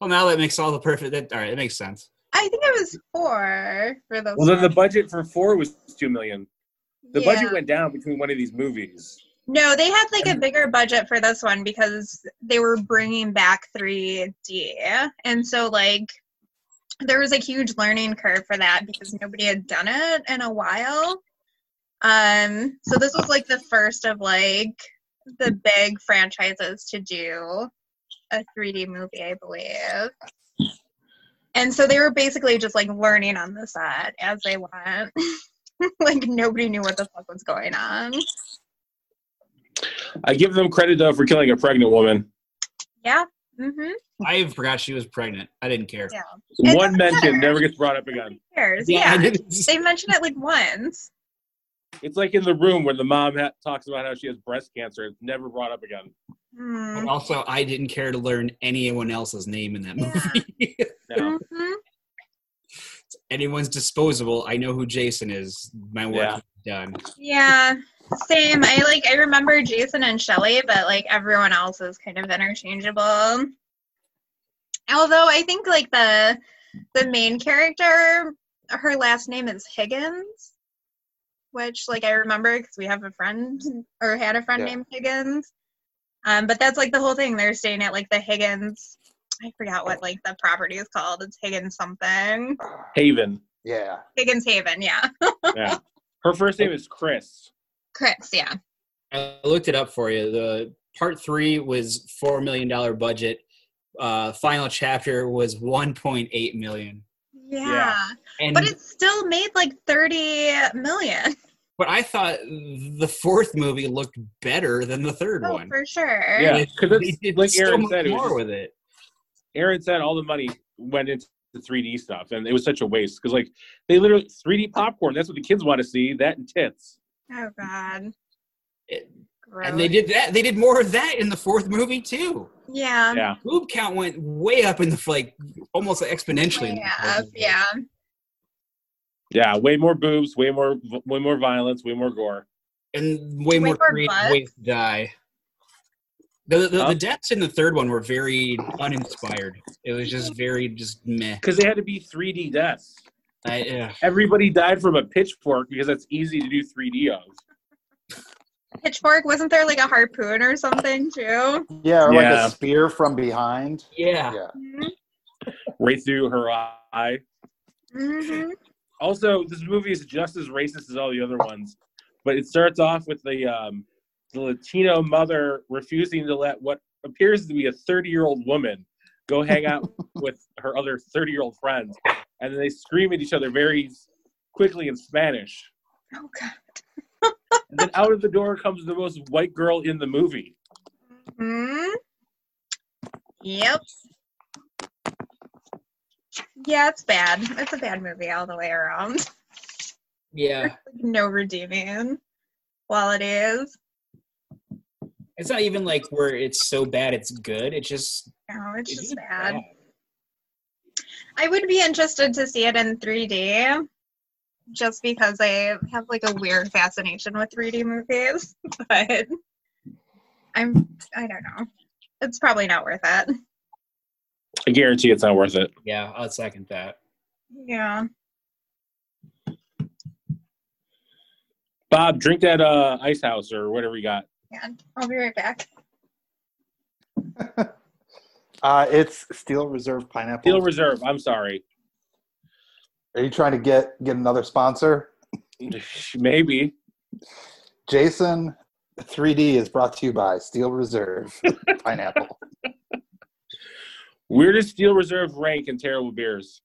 Speaker 1: Well, now that makes all the perfect. That, all right, it makes sense.
Speaker 3: I think it was four for those.
Speaker 2: well then the
Speaker 3: ones.
Speaker 2: budget for four was two million. The
Speaker 3: Yeah.
Speaker 2: budget went down between one of these movies.
Speaker 3: No, they had like a bigger budget for this one because they were bringing back 3D. And so, like, there was a huge learning curve for that because nobody had done it in a while. Um, so this was like the first of like the big franchises to do a 3D movie, I believe. And so they were basically just like learning on the set as they went. like nobody knew what the fuck was going on.
Speaker 2: I give them credit though for killing a pregnant woman.
Speaker 3: Yeah. Mm-hmm.
Speaker 1: I even forgot she was pregnant. I didn't care.
Speaker 3: Yeah. It
Speaker 2: One
Speaker 3: doesn't
Speaker 2: mention
Speaker 3: matter.
Speaker 2: never gets brought up again.
Speaker 3: Who cares?
Speaker 1: Yeah,
Speaker 3: Yeah.
Speaker 1: I didn't-
Speaker 3: They mention it like once.
Speaker 2: It's like in the room where the mom ha- talks about how she has breast cancer. It's never brought up again.
Speaker 3: Mm.
Speaker 1: But also, I didn't care to learn anyone else's name in that movie.
Speaker 2: No.
Speaker 3: Mhm.
Speaker 1: Anyone's disposable. I know who Jason is. My work
Speaker 2: Yeah.
Speaker 1: is done.
Speaker 3: Yeah. Same. I like I remember Jason and Shelly, but like everyone else is kind of interchangeable. Although I think like the the main character, her last name is Higgins, which like I remember because we have a friend or had a friend
Speaker 4: Yeah.
Speaker 3: named Higgins. Um, but that's like the whole thing. They're staying at like the Higgins. I forgot what like the property is called. It's Higgins something.
Speaker 2: Haven.
Speaker 4: Yeah.
Speaker 3: Higgins Haven, yeah.
Speaker 2: Yeah. Her first name is Chris.
Speaker 3: Chris, yeah.
Speaker 1: I looked it up for you. The part three was four million dollar budget. Uh, final chapter was one point eight million.
Speaker 3: Yeah.
Speaker 1: And
Speaker 3: But
Speaker 1: but,
Speaker 3: it still made like 30 million.
Speaker 1: I thought the fourth movie looked better than the third
Speaker 3: Oh,
Speaker 1: one.
Speaker 3: for sure.
Speaker 2: Yeah,
Speaker 1: They-
Speaker 2: 'cause it's-
Speaker 1: they did
Speaker 2: like
Speaker 1: so
Speaker 2: Aaron
Speaker 1: much
Speaker 2: said, it was
Speaker 1: more
Speaker 2: just-
Speaker 1: with it.
Speaker 2: Aaron said all the money went into the 3D stuff, and it was such a waste because like they literally 3D popcorn. That's what the kids want to see. That and tits.
Speaker 3: Oh God.
Speaker 1: It-
Speaker 3: Gross.
Speaker 1: And they did that. They did more of that in the fourth movie too.
Speaker 3: Yeah.
Speaker 2: Yeah.
Speaker 1: Boob count went way up in the like almost exponentially. in the
Speaker 3: Way
Speaker 1: fourth
Speaker 3: up,
Speaker 1: movie.
Speaker 3: yeah.
Speaker 2: Yeah, way more boobs, way more, way more violence, way more gore.
Speaker 1: and way,
Speaker 3: Way
Speaker 1: more,
Speaker 3: more
Speaker 1: creative
Speaker 3: butts.
Speaker 1: ways to die. The, the,
Speaker 2: Huh?
Speaker 1: the deaths in the third one were very uninspired. It was just very just meh.
Speaker 2: Because they had to be 3D deaths.
Speaker 1: I, yeah.
Speaker 2: Everybody died from a pitchfork because that's easy to do 3D of.
Speaker 3: Pitchfork, wasn't there like a harpoon or something too?
Speaker 4: Yeah, or like
Speaker 2: Yeah.
Speaker 4: a spear from behind.
Speaker 1: yeah,
Speaker 2: Right through her eye.
Speaker 3: Mm-hmm.
Speaker 2: Also, this movie is just as racist as all the other ones, but it starts off with the um, the Latino mother refusing to let what appears to be a 30 year old woman go hang out with her other 30 year old friends, and then they scream at each other very quickly in Spanish.
Speaker 3: Oh God.
Speaker 2: And then out of the door comes the most white girl in the movie.
Speaker 3: hmm Yep. Yeah, it's bad. It's a bad movie all the way around.
Speaker 1: yeah.
Speaker 3: No redeeming qualities.
Speaker 1: It's not even like where it's so bad it's good. It's just
Speaker 3: No, Oh, it's
Speaker 1: it's
Speaker 3: just bad. I would be interested to see it in 3D just because I have like a weird fascination with 3D movies, but I'm I don't know. It's probably not worth it.
Speaker 2: I guarantee it's not worth it.
Speaker 1: Yeah, I'll second that.
Speaker 3: Yeah.
Speaker 2: Bob, drink that uh, ice house or whatever you got.
Speaker 3: Yeah. I'll be right back.
Speaker 4: Uh, it's Steel Reserve Pineapple.
Speaker 2: Steel Reserve. I'm sorry.
Speaker 4: Are you trying to get get another sponsor?
Speaker 2: Maybe.
Speaker 4: Jason 3D is brought to you by Steel Reserve Pineapple.
Speaker 2: Weirdest Steel Reserve rank in terrible beers.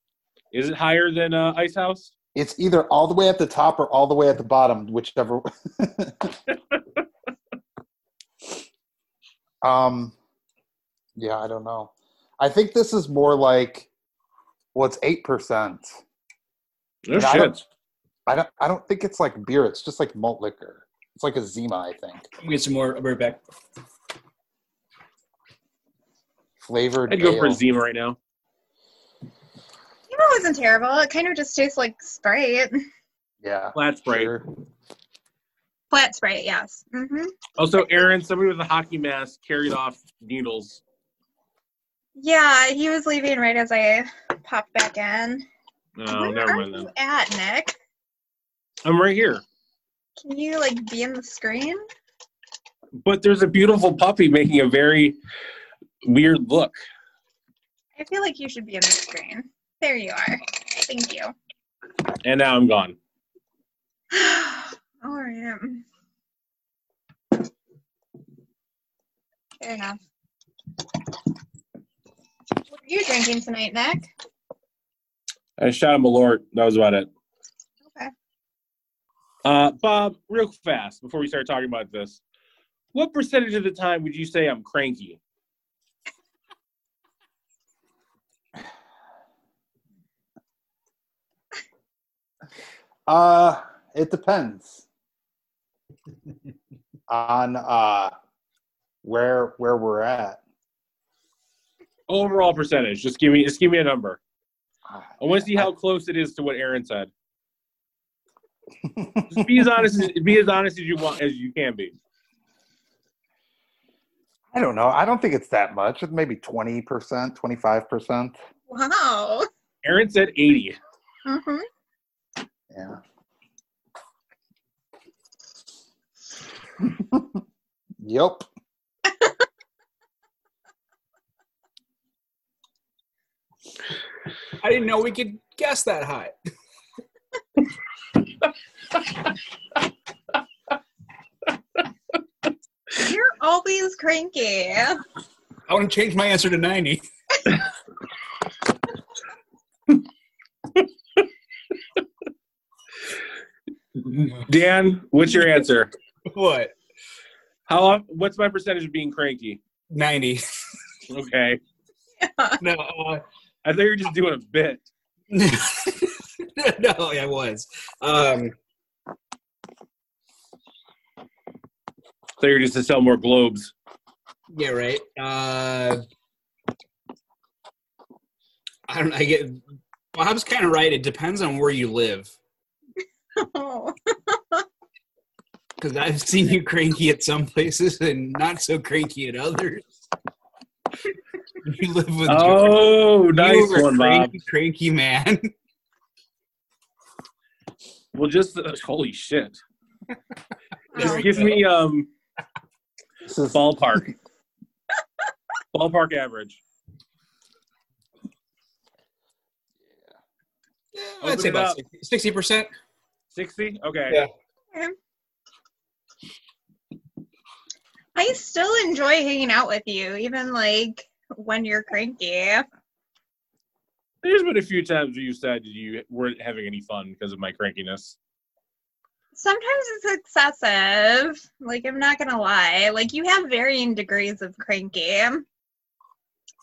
Speaker 2: Is it higher than uh, Ice House?
Speaker 4: It's either all the way at the top or all the way at the bottom, whichever. um, yeah, I don't know. I think this is more like what's eight percent.
Speaker 2: No
Speaker 4: Yeah, I don't-
Speaker 2: shit.
Speaker 4: I don't. I don't think it's like beer. It's just like malt liquor. It's like a Zima, I think,
Speaker 1: I'm gonna get some more. I'll be right back.
Speaker 4: flavored.
Speaker 2: I'd go for a
Speaker 4: ale.
Speaker 2: Zima right now.
Speaker 3: You know, it wasn't terrible. It kind of just tastes like Sprite.
Speaker 4: Yeah,
Speaker 2: Flat Sprite.
Speaker 4: sure.
Speaker 3: Flat Sprite, yes. hmm
Speaker 2: Also, Aaron, somebody with a hockey mask carried off needles.
Speaker 3: Yeah, he was leaving right as I popped back in.
Speaker 2: No,
Speaker 3: Where
Speaker 2: Oh, never
Speaker 3: are
Speaker 2: mind
Speaker 3: you
Speaker 2: then.
Speaker 3: at, Nick?
Speaker 2: I'm right here.
Speaker 3: Can you like be in the screen?
Speaker 2: But there's a beautiful puppy making a very weird look.
Speaker 3: I feel like you should be in the screen. There you are. Thank you.
Speaker 2: And now I'm gone.
Speaker 3: All right. um. Fair enough. What are you drinking tonight, Nick?
Speaker 2: I shot him a lord. That was about it.
Speaker 3: Okay.
Speaker 2: Uh, Bob, real fast before we start talking about this, what percentage of the time would you say I'm cranky?
Speaker 4: Uh, it depends on uh where where we're at.
Speaker 2: Overall percentage. Just give me just give me a number.
Speaker 4: I
Speaker 2: I want to see how close it is to what Aaron said. Just be as honest as be as honest as you want as you can be.
Speaker 4: I don't know. I don't think it's that much. It's maybe twenty percent, twenty five percent.
Speaker 3: Wow.
Speaker 2: Aaron said 80.
Speaker 3: hmm
Speaker 4: Yeah. yep.
Speaker 1: I didn't know we could guess that high.
Speaker 3: You're always cranky.
Speaker 1: I want to change my answer to ninety.
Speaker 2: Dan, what's your answer?
Speaker 1: What
Speaker 2: How off- what's my percentage of being cranky?
Speaker 1: ninety?
Speaker 2: Okay.
Speaker 1: No. Uh,
Speaker 2: I thought you were just doing a bit.
Speaker 1: no, I was. Um,
Speaker 2: They're just to sell more globes.
Speaker 1: Yeah, right. Uh, I don't. I get. Bob's kind of right. It depends on where you live,
Speaker 3: Oh,
Speaker 1: because I've seen you cranky at some places and not so cranky at others. you live with George.
Speaker 2: Oh, nice
Speaker 1: you are
Speaker 2: one,
Speaker 1: cranky,
Speaker 2: Bob.
Speaker 1: Cranky man.
Speaker 2: Well, just uh, holy shit.
Speaker 1: There
Speaker 3: oh.
Speaker 1: we
Speaker 2: Give
Speaker 1: go.
Speaker 2: me um
Speaker 4: This is
Speaker 2: ballpark. ballpark average.
Speaker 1: Yeah,
Speaker 2: Open
Speaker 1: I'd say
Speaker 2: it
Speaker 1: about
Speaker 2: up.
Speaker 1: sixty percent.
Speaker 2: Sixty. Okay.
Speaker 1: Yeah.
Speaker 3: I still enjoy hanging out with you, even like when you're cranky.
Speaker 2: There's been a few times where you said you weren't having any fun because of my crankiness.
Speaker 3: Sometimes it's excessive. Like I'm not gonna lie. Like you have varying degrees of cranky.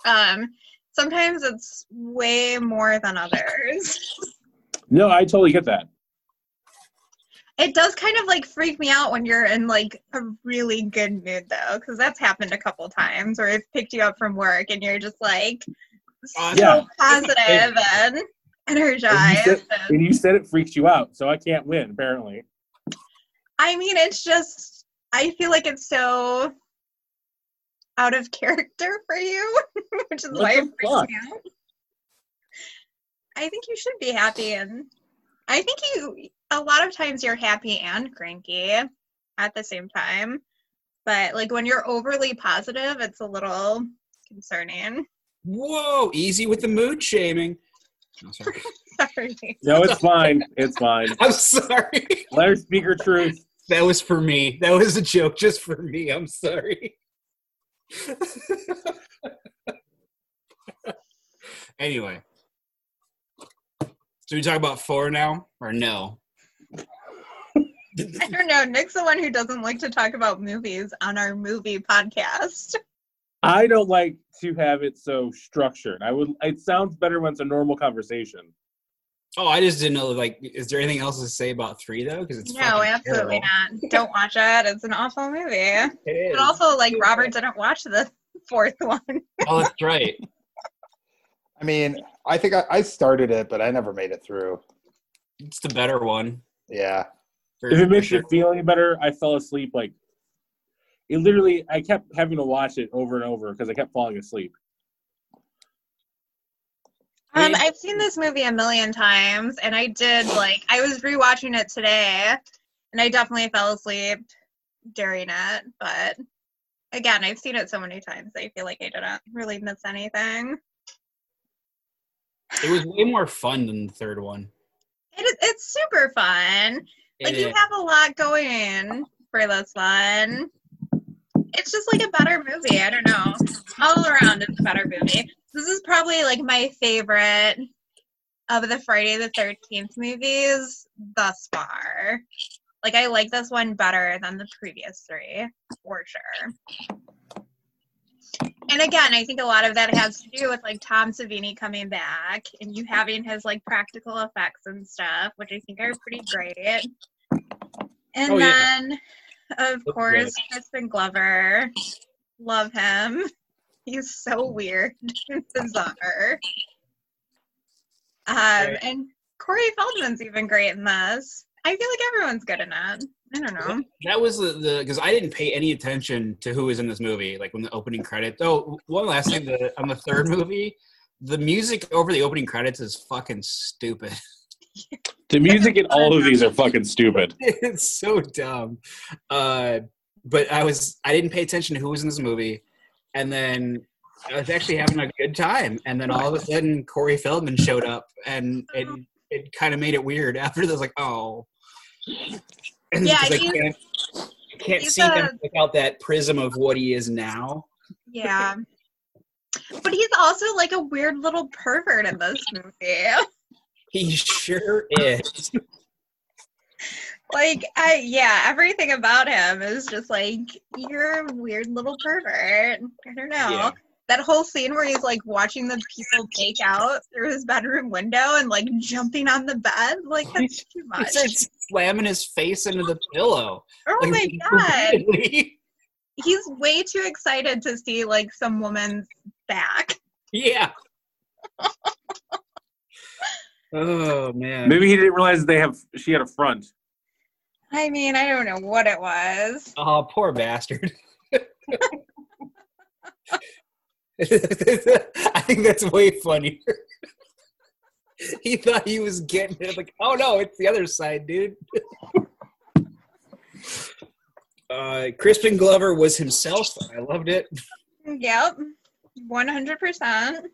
Speaker 3: Um, sometimes it's way more than others.
Speaker 2: No, I totally get that.
Speaker 3: It does kind of like freak me out when you're in like a really good mood though, because that's happened a couple times where I've picked you up from work and you're just like so
Speaker 1: Uh,
Speaker 2: Yeah.
Speaker 3: positive and energized. and-
Speaker 2: And you said it freaks you out, so I can't win, apparently.
Speaker 3: I mean, it's just I feel like it's so out of character for you, which is
Speaker 2: What
Speaker 3: why
Speaker 2: the
Speaker 3: it freaks
Speaker 2: fuck?
Speaker 3: me out. I think you should be happy, and I think you a lot of times you're happy and cranky at the same time. But like when you're overly positive, it's a little concerning.
Speaker 1: Whoa! Easy with the mood shaming. No, sorry.
Speaker 3: Sorry.
Speaker 2: No, it's fine. It's fine.
Speaker 1: I'm sorry.
Speaker 2: Let her speak her truth.
Speaker 1: That was for me. That was a joke just for me. I'm sorry. anyway. So we talk about four now or no?
Speaker 3: I don't know. Nick's the one who doesn't like to talk about movies on our movie podcast.
Speaker 2: I don't like to have it so structured. I would. It sounds better when it's a normal conversation.
Speaker 1: Oh, I just didn't know. Like, is there anything else to say about three though? Because it's
Speaker 3: No,
Speaker 1: fucking
Speaker 3: absolutely
Speaker 1: terrible.
Speaker 3: not. Don't watch it. It's an awful movie.
Speaker 1: It
Speaker 3: But
Speaker 1: is.
Speaker 3: also, like Robert didn't watch the fourth one.
Speaker 1: oh, that's right.
Speaker 4: I mean, I think I, I started it, but I never made it through.
Speaker 1: It's the better one.
Speaker 4: Yeah.
Speaker 1: for-
Speaker 2: If it makes
Speaker 1: for
Speaker 2: you feel any better, I fell asleep. Like it literally, I kept having to watch it over and over because I kept falling asleep.
Speaker 3: Um,
Speaker 1: Me-
Speaker 3: I've seen this movie a million times, and I did like I was rewatching it today, and I definitely fell asleep during it. But again, I've seen it so many times, I feel like I didn't really miss anything.
Speaker 1: It was way more fun than the third one.
Speaker 3: It is, it's super fun. Like
Speaker 1: It
Speaker 3: you
Speaker 1: is.
Speaker 3: have a lot going for this one. It's just like a better movie. I don't know. All around, it's a better movie. This is probably like my favorite of the Friday the Thirteenth movies thus far. Like I like this one better than the previous three for sure. And again, I think a lot of that has to do with like Tom Savini coming back and you having his like practical effects and stuff, which I think are pretty great. And
Speaker 1: Oh, yeah.
Speaker 3: then, of
Speaker 2: Looks
Speaker 3: course, Crispin Glover. Love him. He's so weird and bizarre. Um,
Speaker 1: Right.
Speaker 3: and Corey Feldman's even great in this. I feel like everyone's good in it. I don't know.
Speaker 1: That was the because I didn't pay any attention to who was in this movie. Like when the opening credits. Oh, one last thing the, on the third movie, the music over the opening credits is fucking stupid.
Speaker 2: The music in all of these are fucking stupid.
Speaker 1: it's so dumb. Uh, but I was I didn't pay attention to who was in this movie, and then I was actually having a good time, and then all of a sudden Corey Feldman showed up, and it it kind of made it weird. After this, like oh, and
Speaker 3: Yeah,
Speaker 1: 'cause I
Speaker 3: he's-
Speaker 1: can't, I can't
Speaker 3: he's
Speaker 1: see him
Speaker 3: a-
Speaker 1: without that prism of what he is now.
Speaker 3: Yeah. But he's also like a weird little pervert in this movie.
Speaker 1: He sure is.
Speaker 3: Like, I, yeah, everything about him is just like, you're a weird little pervert. I don't know.
Speaker 1: Yeah.
Speaker 3: That whole scene where he's like watching the people take out through his bedroom window and like jumping on the bed, like, that's too much.
Speaker 1: He's like slamming his face into the pillow.
Speaker 3: Oh my
Speaker 1: Like,
Speaker 3: god.
Speaker 1: repeatedly.
Speaker 3: he's way too excited to see like some woman's back.
Speaker 1: Yeah. oh man.
Speaker 2: Maybe he didn't realize they have. She had a front.
Speaker 3: I mean, I don't know what it was.
Speaker 1: Oh, poor bastard. I think that's way funnier. he thought he was getting it. Like, oh no, it's the other side, dude. uh, Crispin Glover was himself. I loved it.
Speaker 3: Yep, one hundred percent.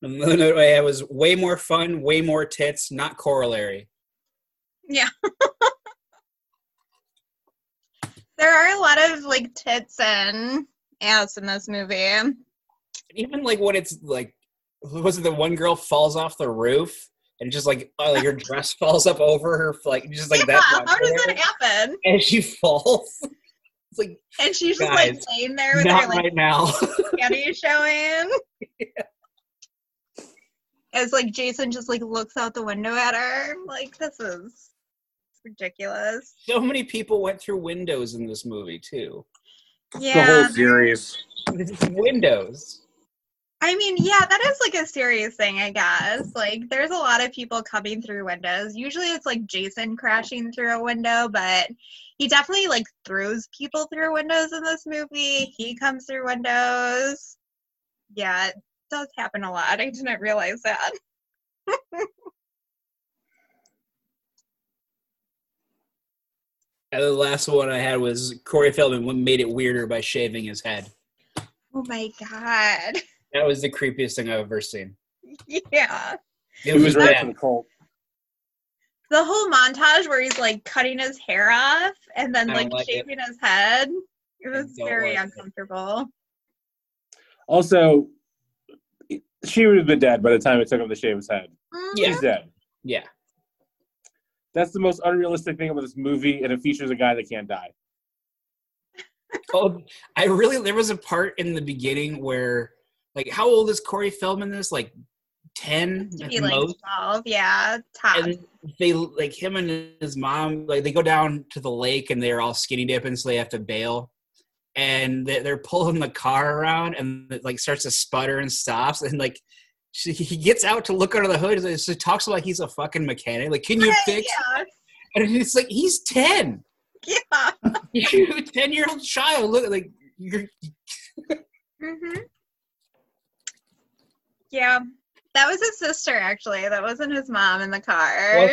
Speaker 1: And then It was way more fun, way more tits, not corollary.
Speaker 3: Yeah. there are a lot of like tits and ass in this movie.
Speaker 1: Even like when it's like, was it the one girl falls off the roof and just like, oh, like her dress falls up over her, like just like that.
Speaker 3: yeah, how
Speaker 1: much,
Speaker 3: does
Speaker 1: whatever,
Speaker 3: that happen?
Speaker 1: And she falls. It's like
Speaker 3: And she's just
Speaker 1: Guys,
Speaker 3: like laying there with her
Speaker 1: not
Speaker 3: like
Speaker 1: right now.
Speaker 3: panties showing. As like Jason just like looks out the window at her, I'm like this is ridiculous.
Speaker 1: so many people went through windows in this movie too.
Speaker 2: The
Speaker 3: Yeah,
Speaker 2: whole series.
Speaker 1: It's windows.
Speaker 3: I mean, yeah, that is like a serious thing, I guess. Like, there's a lot of people coming through windows. Usually, it's like Jason crashing through a window, but he definitely like throws people through windows in this movie. He comes through windows. Yeah, it does happen a lot. I didn't realize that.
Speaker 1: And the last one I had was Corey Feldman what made it weirder by shaving his head.
Speaker 3: Oh my god.
Speaker 1: That was the creepiest thing I've ever seen.
Speaker 3: Yeah.
Speaker 1: It
Speaker 2: He
Speaker 1: was,
Speaker 2: was right from
Speaker 1: bad.
Speaker 2: the cult.
Speaker 3: The whole montage where he's like cutting his hair off and then
Speaker 1: I don't
Speaker 3: like,
Speaker 1: like it.
Speaker 3: shaving his head. It
Speaker 1: I
Speaker 3: was
Speaker 1: don't
Speaker 3: very
Speaker 1: like it.
Speaker 3: uncomfortable.
Speaker 2: Also, she would have been dead by the time it took him to shave his head.
Speaker 3: Mm,
Speaker 1: Yeah.
Speaker 2: She's dead.
Speaker 1: Yeah.
Speaker 2: That's the most unrealistic thing about this movie, and it features a guy that can't die.
Speaker 1: Oh, I really there was a part in the beginning where like how old is Corey Feldman in this? Like ten
Speaker 3: to
Speaker 1: at
Speaker 3: be
Speaker 1: the
Speaker 3: like
Speaker 1: most?
Speaker 3: 12 yeah top
Speaker 1: And they like him and his mom like they go down to the lake and they're all skinny dipping so they have to bail and they- they're pulling the car around and it like starts to sputter and stops and like she, he gets out to look under the hood and she talks like he's a fucking mechanic like can you fix
Speaker 3: yeah
Speaker 1: and it's like he's 10
Speaker 3: yeah
Speaker 1: you 10 year old child look like you're
Speaker 3: hmm yeah that was his sister actually that wasn't his mom in the car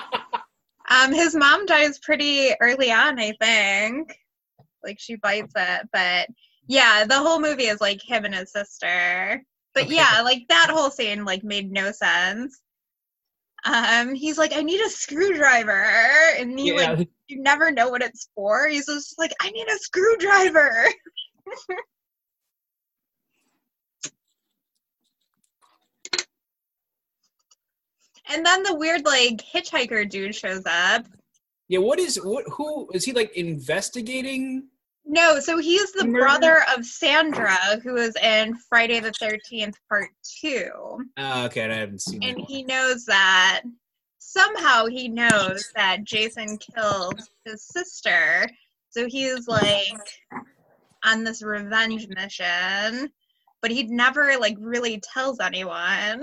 Speaker 3: um his mom dies pretty early on i think like she bites it but yeah the whole movie is like him and his sister but
Speaker 1: Okay.
Speaker 3: yeah like that whole scene like made no sense um he's like i need a screwdriver and he like
Speaker 1: yeah.
Speaker 3: you never know what it's for. He's just like, I need a screwdriver. and then the weird like hitchhiker dude shows up.
Speaker 1: yeah what is what who is he like investigating
Speaker 3: No, so he's the
Speaker 1: Murder.
Speaker 3: brother of Sandra, who is in Friday the Thirteenth Part Two,
Speaker 1: oh, okay i haven't seen
Speaker 3: and
Speaker 1: that.
Speaker 3: he knows that somehow he knows that Jason killed his sister, so he's like on this revenge mission, but he never like really tells anyone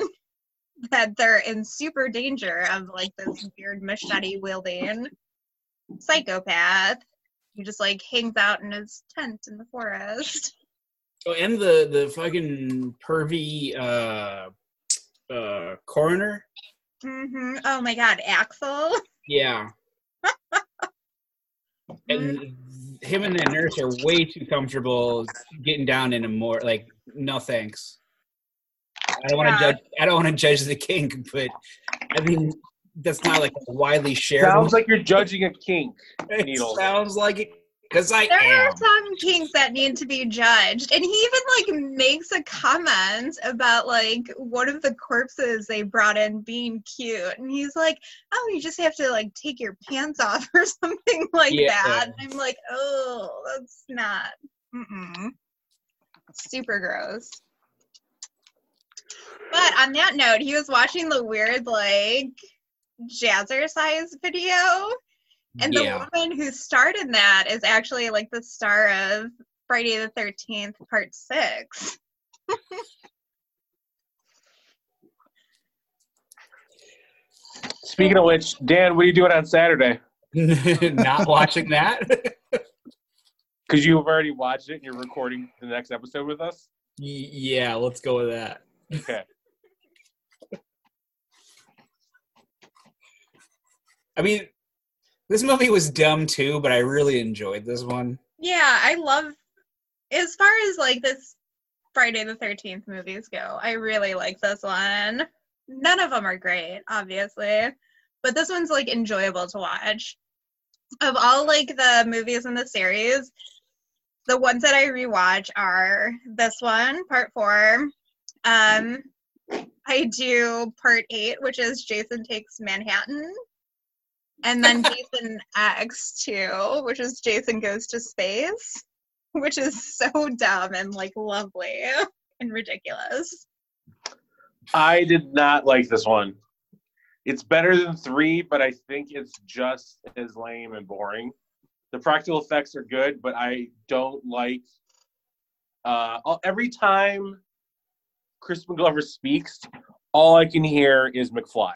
Speaker 3: that they're in super danger of like this weird machete wielding psychopath. He just like hangs out in his tent in the forest.
Speaker 1: Oh, and the the fucking pervy uh uh coroner.
Speaker 3: hmm Oh my god, Axel.
Speaker 1: Yeah. and him and that nurse are way too comfortable getting down into more like no thanks. I don't want to
Speaker 3: Yeah.
Speaker 1: judge. I don't want to judge the kink, but I mean that's not like widely shared.
Speaker 2: Sounds like you're judging a kink.
Speaker 1: it
Speaker 2: needles.
Speaker 1: sounds like it because I
Speaker 3: There
Speaker 1: am.
Speaker 3: are some kinks that need to be judged. And he even like makes a comment about like one of the corpses they brought in being cute. And he's like, Oh, you just have to like take your pants off or something like
Speaker 1: Yeah.
Speaker 3: that. And I'm like, Oh, that's not mm-mm. super gross. But on that note, he was watching the weird like jazzercise video And
Speaker 1: Yeah.
Speaker 3: the woman who started that is actually like the star of Friday the 13th, part six.
Speaker 2: Speaking of which, Dan, what are you doing on Saturday?
Speaker 1: Not watching that.
Speaker 2: Because you've already watched it and you're recording the next episode with us.
Speaker 1: Y- yeah, let's go with that.
Speaker 2: Okay.
Speaker 1: I mean, this movie was dumb too, but I really enjoyed this one.
Speaker 3: Yeah, I love, as far as like this Friday the 13th movies go, I really like this one. None of them are great, obviously, but this one's like enjoyable to watch. Of all like the movies in the series, the ones that I rewatch are this one, part four. Um, I do part eight, which is Jason Takes Manhattan. And then Jason X too, which is Jason Goes to Space, which is so dumb and like lovely and ridiculous.
Speaker 2: I did not like this one. It's better than three, but I think it's just as lame and boring. The practical effects are good, but I don't like. Uh, all- every time Crispin Glover speaks, all I can hear is McFly.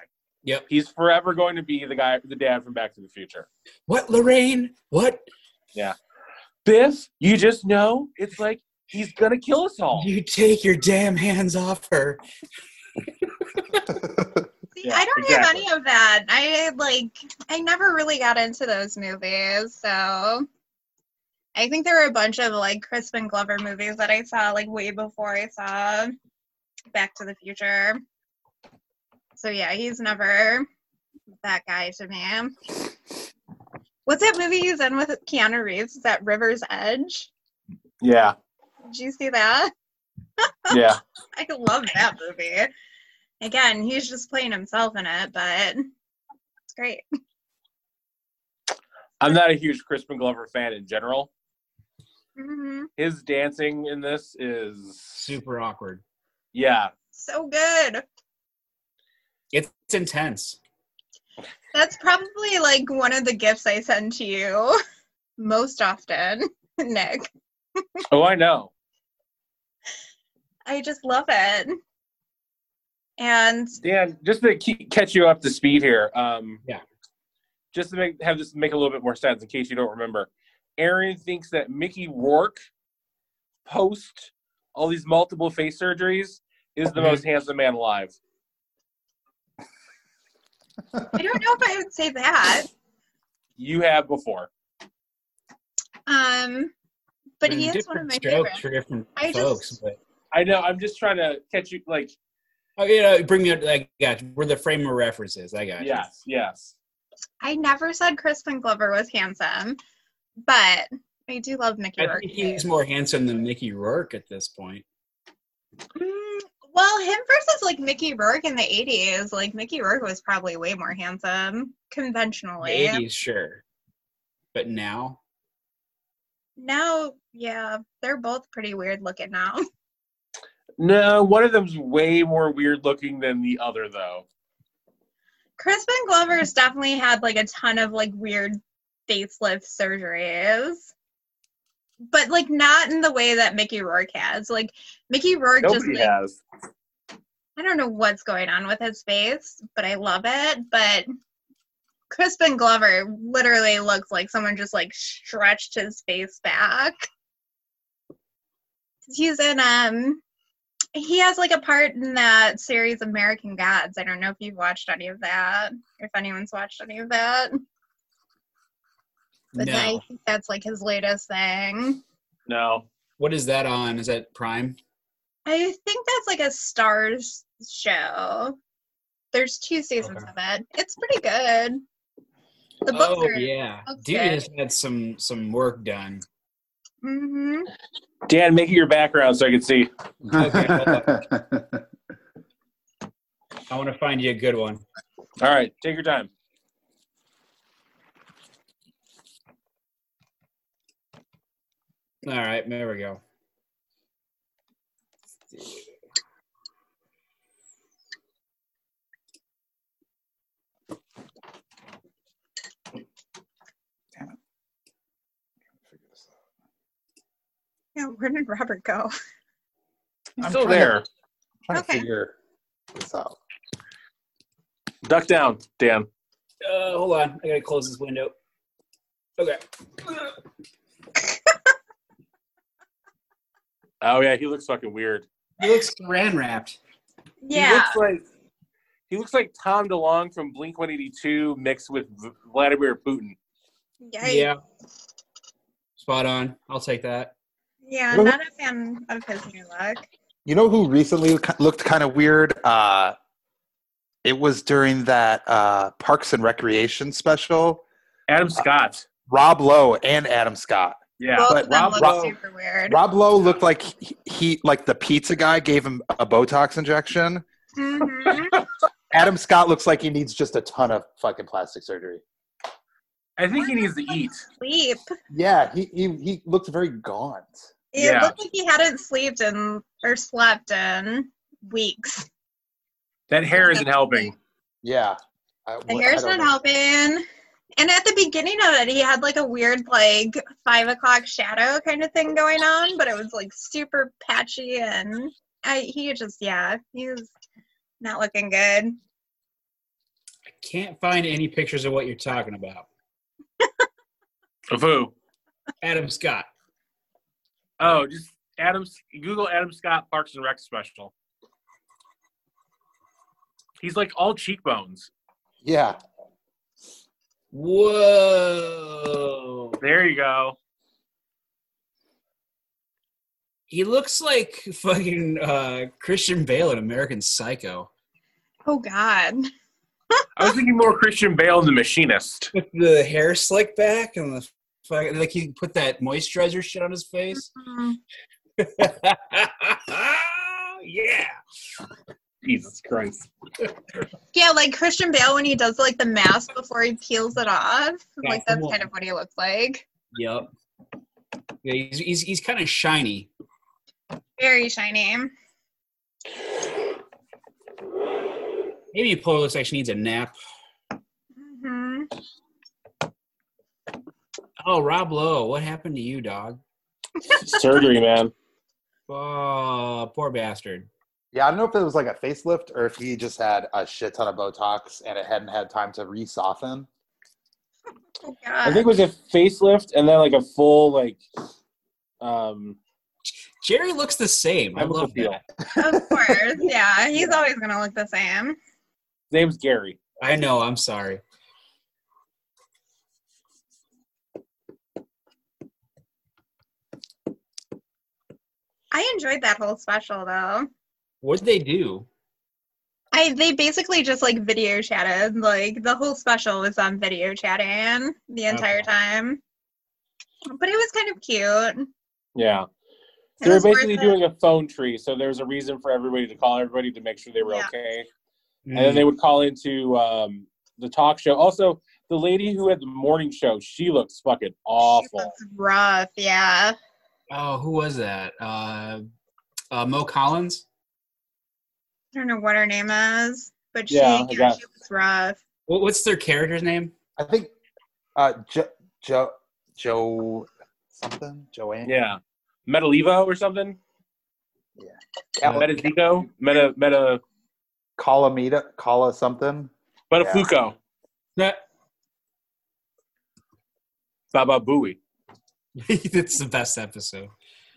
Speaker 1: Yep.
Speaker 2: He's forever going to be the guy, the dad from Back to the Future.
Speaker 1: What, Lorraine? What?
Speaker 2: Biff, you just know it's like he's gonna kill us all.
Speaker 1: You take your damn hands off her.
Speaker 3: See,
Speaker 2: Yeah,
Speaker 3: I don't have
Speaker 2: exactly.
Speaker 3: any of that. I like I never really got into those movies, so I think there were a bunch of like Crispin Glover movies that I saw like way before I saw Back to the Future. So yeah, he's never that guy to me. What's that movie he's in with Keanu Reeves? Is that River's Edge?
Speaker 2: Yeah,
Speaker 3: Did you see that?
Speaker 2: yeah.
Speaker 3: I love that movie. Again, he's just playing himself in it, but it's great.
Speaker 2: I'm not a huge Crispin Glover fan in general.
Speaker 3: hmm
Speaker 2: His dancing in this is
Speaker 1: Super awkward.
Speaker 2: yeah.
Speaker 3: So good.
Speaker 1: It's, it's intense.
Speaker 3: That's probably like one of the gifts I send to you most often, Nick.
Speaker 2: Oh, I know.
Speaker 3: I just love it. And
Speaker 2: Dan, just to keep, catch you up to speed here. Um,
Speaker 1: Yeah.
Speaker 2: Just to make, have this make a little bit more sense in case you don't remember, Aaron thinks that Mickey Rourke, post all these multiple face surgeries, is the most handsome man alive.
Speaker 3: I don't know if I would say that.
Speaker 2: You have before.
Speaker 3: Um, but he
Speaker 1: There's
Speaker 3: is one
Speaker 1: different
Speaker 3: of my
Speaker 1: strokes
Speaker 3: favorites.
Speaker 1: for different
Speaker 3: I just-
Speaker 1: folks. But
Speaker 2: I know. I'm just trying to catch you. Like,
Speaker 1: Oh, you know, bring me up. I got you. Where the frame of reference is. I got you.
Speaker 2: yes, yes.
Speaker 3: I never said Crispin Glover was handsome, but I do love Mickey
Speaker 1: I
Speaker 3: Rourke.
Speaker 1: think he's more handsome than Mickey Rourke at this point.
Speaker 3: Mm, well, him versus like Mickey Rourke in the 80s, like Mickey Rourke was probably way more handsome conventionally.
Speaker 1: Eighties, sure, but now
Speaker 3: Now, yeah, they're both pretty weird looking now.
Speaker 2: No, one of them's way more weird looking than the other, though.
Speaker 3: Crispin Glover's definitely had like a ton of like weird facelift surgeries. But like not in the way that Mickey Rourke has. Like Mickey Rourke just
Speaker 2: Nobody
Speaker 3: like
Speaker 2: has.
Speaker 3: I don't know what's going on with his face, but I love it. But Crispin Glover literally looks like someone just like stretched his face back. He's in um he has like a part in that series American Gods. I don't know if you've watched any of that, or if anyone's watched any of that. But
Speaker 1: no.
Speaker 3: I think that's like his latest thing.
Speaker 2: No.
Speaker 1: What is that on? Is that Prime?
Speaker 3: I think that's like a stars show. There's two seasons
Speaker 1: Okay.
Speaker 3: of it. It's pretty good. The books
Speaker 1: oh
Speaker 3: are.
Speaker 1: yeah,
Speaker 3: books
Speaker 1: dude
Speaker 3: are-
Speaker 1: has had some some work done.
Speaker 3: hmm
Speaker 2: Dan, make it your background so I can see.
Speaker 1: Okay, hold up. I want to find you a good one.
Speaker 2: All right, take your time.
Speaker 1: All right, there we go.
Speaker 3: Yeah, where did Robert go?
Speaker 2: I'm
Speaker 4: I'm
Speaker 2: still
Speaker 4: trying to-
Speaker 2: there.
Speaker 4: trying
Speaker 3: Okay.
Speaker 4: to figure this out.
Speaker 2: Duck down, Dan.
Speaker 1: Uh, hold on, I gotta close this window. Okay.
Speaker 2: Oh yeah, he looks fucking weird.
Speaker 1: He looks saran wrapped.
Speaker 2: He
Speaker 3: Yeah.
Speaker 2: looks like he looks like Tom DeLong from Blink 182 mixed with V- Vladimir Putin.
Speaker 3: Yikes.
Speaker 1: Yeah. Spot on. I'll take that.
Speaker 3: Yeah,
Speaker 4: Well-
Speaker 3: not a fan of his new look.
Speaker 4: You know who recently ki- looked kind of weird? Uh, it was during that uh, Parks and Recreation special.
Speaker 2: Adam Scott.
Speaker 4: Rob Lowe and Adam Scott.
Speaker 2: Yeah.
Speaker 3: Both
Speaker 4: but
Speaker 3: of them
Speaker 4: Rob-
Speaker 3: look
Speaker 4: Rob-
Speaker 3: super weird.
Speaker 4: Rob Lowe looked like he, he, like the pizza guy, gave him a Botox injection.
Speaker 3: hmm
Speaker 4: Adam Scott looks like he needs just a ton of fucking plastic surgery.
Speaker 2: I think he needs to eat.
Speaker 3: Sleep.
Speaker 4: Yeah, he he, he looked very gaunt.
Speaker 3: It
Speaker 2: Yeah.
Speaker 3: looked like he hadn't slept in or slept in weeks.
Speaker 2: That hair isn't helping.
Speaker 4: Yeah, I,
Speaker 3: The
Speaker 4: wh- I
Speaker 3: hair's
Speaker 4: don't
Speaker 3: not
Speaker 4: know.
Speaker 3: helping. And at the beginning of it, he had like a weird, like five o'clock shadow kind of thing going on, but it was like super patchy, and I, he just, yeah, he was not looking good.
Speaker 1: I can't find any pictures of what you're talking about.
Speaker 2: Of who?
Speaker 1: Adam Scott.
Speaker 2: Oh, just Adam. Google Adam Scott Parks and Rec special. He's like all cheekbones.
Speaker 4: Yeah,
Speaker 1: Whoa.
Speaker 2: There you go.
Speaker 1: He looks like fucking uh, Christian Bale in American Psycho
Speaker 3: Oh God,
Speaker 2: I was thinking more Christian Bale in The Machinist.
Speaker 1: with the hair slicked back and the fucking, like he put that moisturizer shit on his face.
Speaker 3: Mm,
Speaker 1: yeah.
Speaker 2: Jesus Christ.
Speaker 3: yeah, like Christian Bale when he does like the mask before he peels it off,
Speaker 1: come
Speaker 3: like that's
Speaker 1: on.
Speaker 3: kind of what he looks like.
Speaker 1: Yep. Yeah, he's he's, he's kind of shiny.
Speaker 3: Very shiny.
Speaker 1: Maybe Polo looks like she needs a nap.
Speaker 3: hmm
Speaker 1: Oh, Rob Lowe, what happened to you, dog?
Speaker 2: Surgery, man.
Speaker 1: Oh, poor bastard.
Speaker 4: yeah. I don't know if it was like a facelift or if he just had a shit ton of Botox and it hadn't had time to re-soften.
Speaker 3: Oh
Speaker 2: I
Speaker 3: God.
Speaker 2: think it was a facelift and then like a full like um
Speaker 1: Jerry looks the same. I
Speaker 2: That was a
Speaker 1: love
Speaker 2: deal.
Speaker 1: that.
Speaker 3: of course, yeah, he's always gonna look the same.
Speaker 2: his name's Gary.
Speaker 1: I know. I'm sorry.
Speaker 3: I enjoyed that whole special though.
Speaker 1: What'd they do?
Speaker 3: I they basically just like video chatted. Like the whole special was on video chatting the entire
Speaker 1: Okay.
Speaker 3: time. But it was kind of cute.
Speaker 2: Yeah.
Speaker 3: It
Speaker 2: They were
Speaker 3: was worth
Speaker 2: basically
Speaker 3: it.
Speaker 2: doing a phone tree, so there was a reason for everybody to call everybody to make sure they were
Speaker 3: Yeah.
Speaker 2: okay. And
Speaker 1: Mm.
Speaker 2: then they would call into um the talk show. Also, the lady who had the morning show, she looks fucking
Speaker 3: She
Speaker 2: awful.
Speaker 3: looks rough, yeah.
Speaker 1: oh, who was that? Uh, uh, Mo Collins.
Speaker 3: I don't know what her name is, but she,
Speaker 2: Yeah, I
Speaker 3: yeah,
Speaker 2: got-
Speaker 3: she was rough.
Speaker 1: What, what's their character's name?
Speaker 4: I think uh, Joe Joe Joe something Joanne.
Speaker 2: Yeah. Metalevo or something?
Speaker 4: Yeah,
Speaker 1: Uh,
Speaker 2: Metazico? Meta Meta
Speaker 4: Calamita, Cala something.
Speaker 2: Metafluco.
Speaker 1: That
Speaker 2: Baba Booey.
Speaker 1: it's the best episode.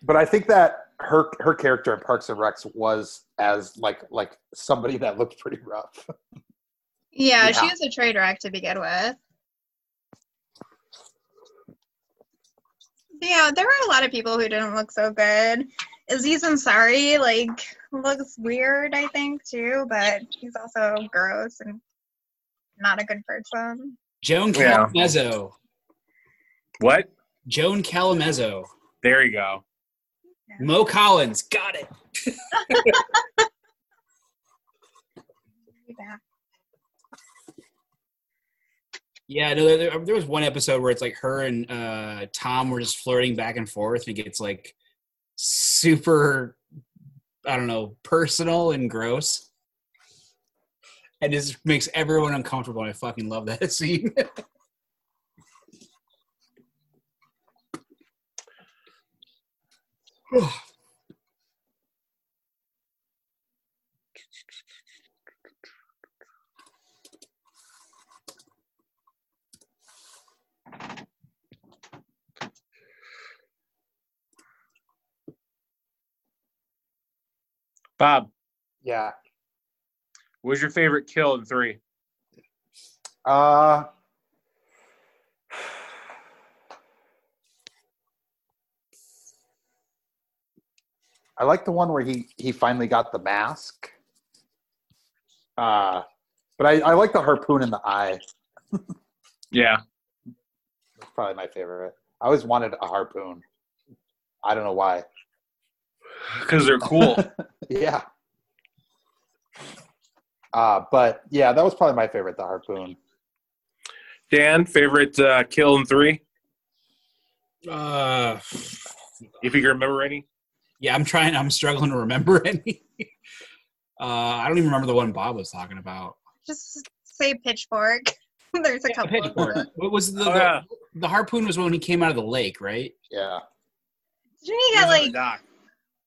Speaker 4: But I think that her her character in Parks and Recs was as like like somebody that looked pretty rough.
Speaker 3: Yeah, she
Speaker 4: Yeah.
Speaker 3: was a trade wreck to begin with. Yeah, there were a lot of people who didn't look so good. Aziz Ansari, like, looks weird, I think, too, but he's also gross and not a good person.
Speaker 1: Joan
Speaker 2: Yeah.
Speaker 1: Calamezzo.
Speaker 2: What?
Speaker 1: Joan Calamezzo.
Speaker 2: There you go.
Speaker 1: Mo Collins. Got it.
Speaker 3: Yeah.
Speaker 1: Yeah, no, there, there, there was one episode where it's like her and uh, Tom were just flirting back and forth, and it gets like super, I don't know, personal and gross, and just makes everyone uncomfortable. And I fucking love that scene.
Speaker 2: Bob,
Speaker 4: Yeah.
Speaker 2: what was your favorite kill in three?
Speaker 4: Uh, I like the one where he he finally got the mask. Uh, but I, I like the harpoon in the eye.
Speaker 2: Yeah.
Speaker 4: That's probably my favorite. I always wanted a harpoon. I don't know why.
Speaker 2: Because they're cool.
Speaker 4: Yeah. Uh, but yeah, that was probably my favorite, the harpoon.
Speaker 2: Dan, favorite uh, kill in three?
Speaker 1: Uh,
Speaker 2: If you can remember any.
Speaker 1: yeah, I'm trying. I'm struggling to remember any. Uh, I don't even remember the one Bob was talking about.
Speaker 3: Just say pitchfork. There's a couple of them.
Speaker 1: What was the,
Speaker 2: Oh, yeah.
Speaker 1: the the harpoon was when he came out of the lake, right?
Speaker 4: Yeah.
Speaker 3: Didn't he get like
Speaker 2: Doc.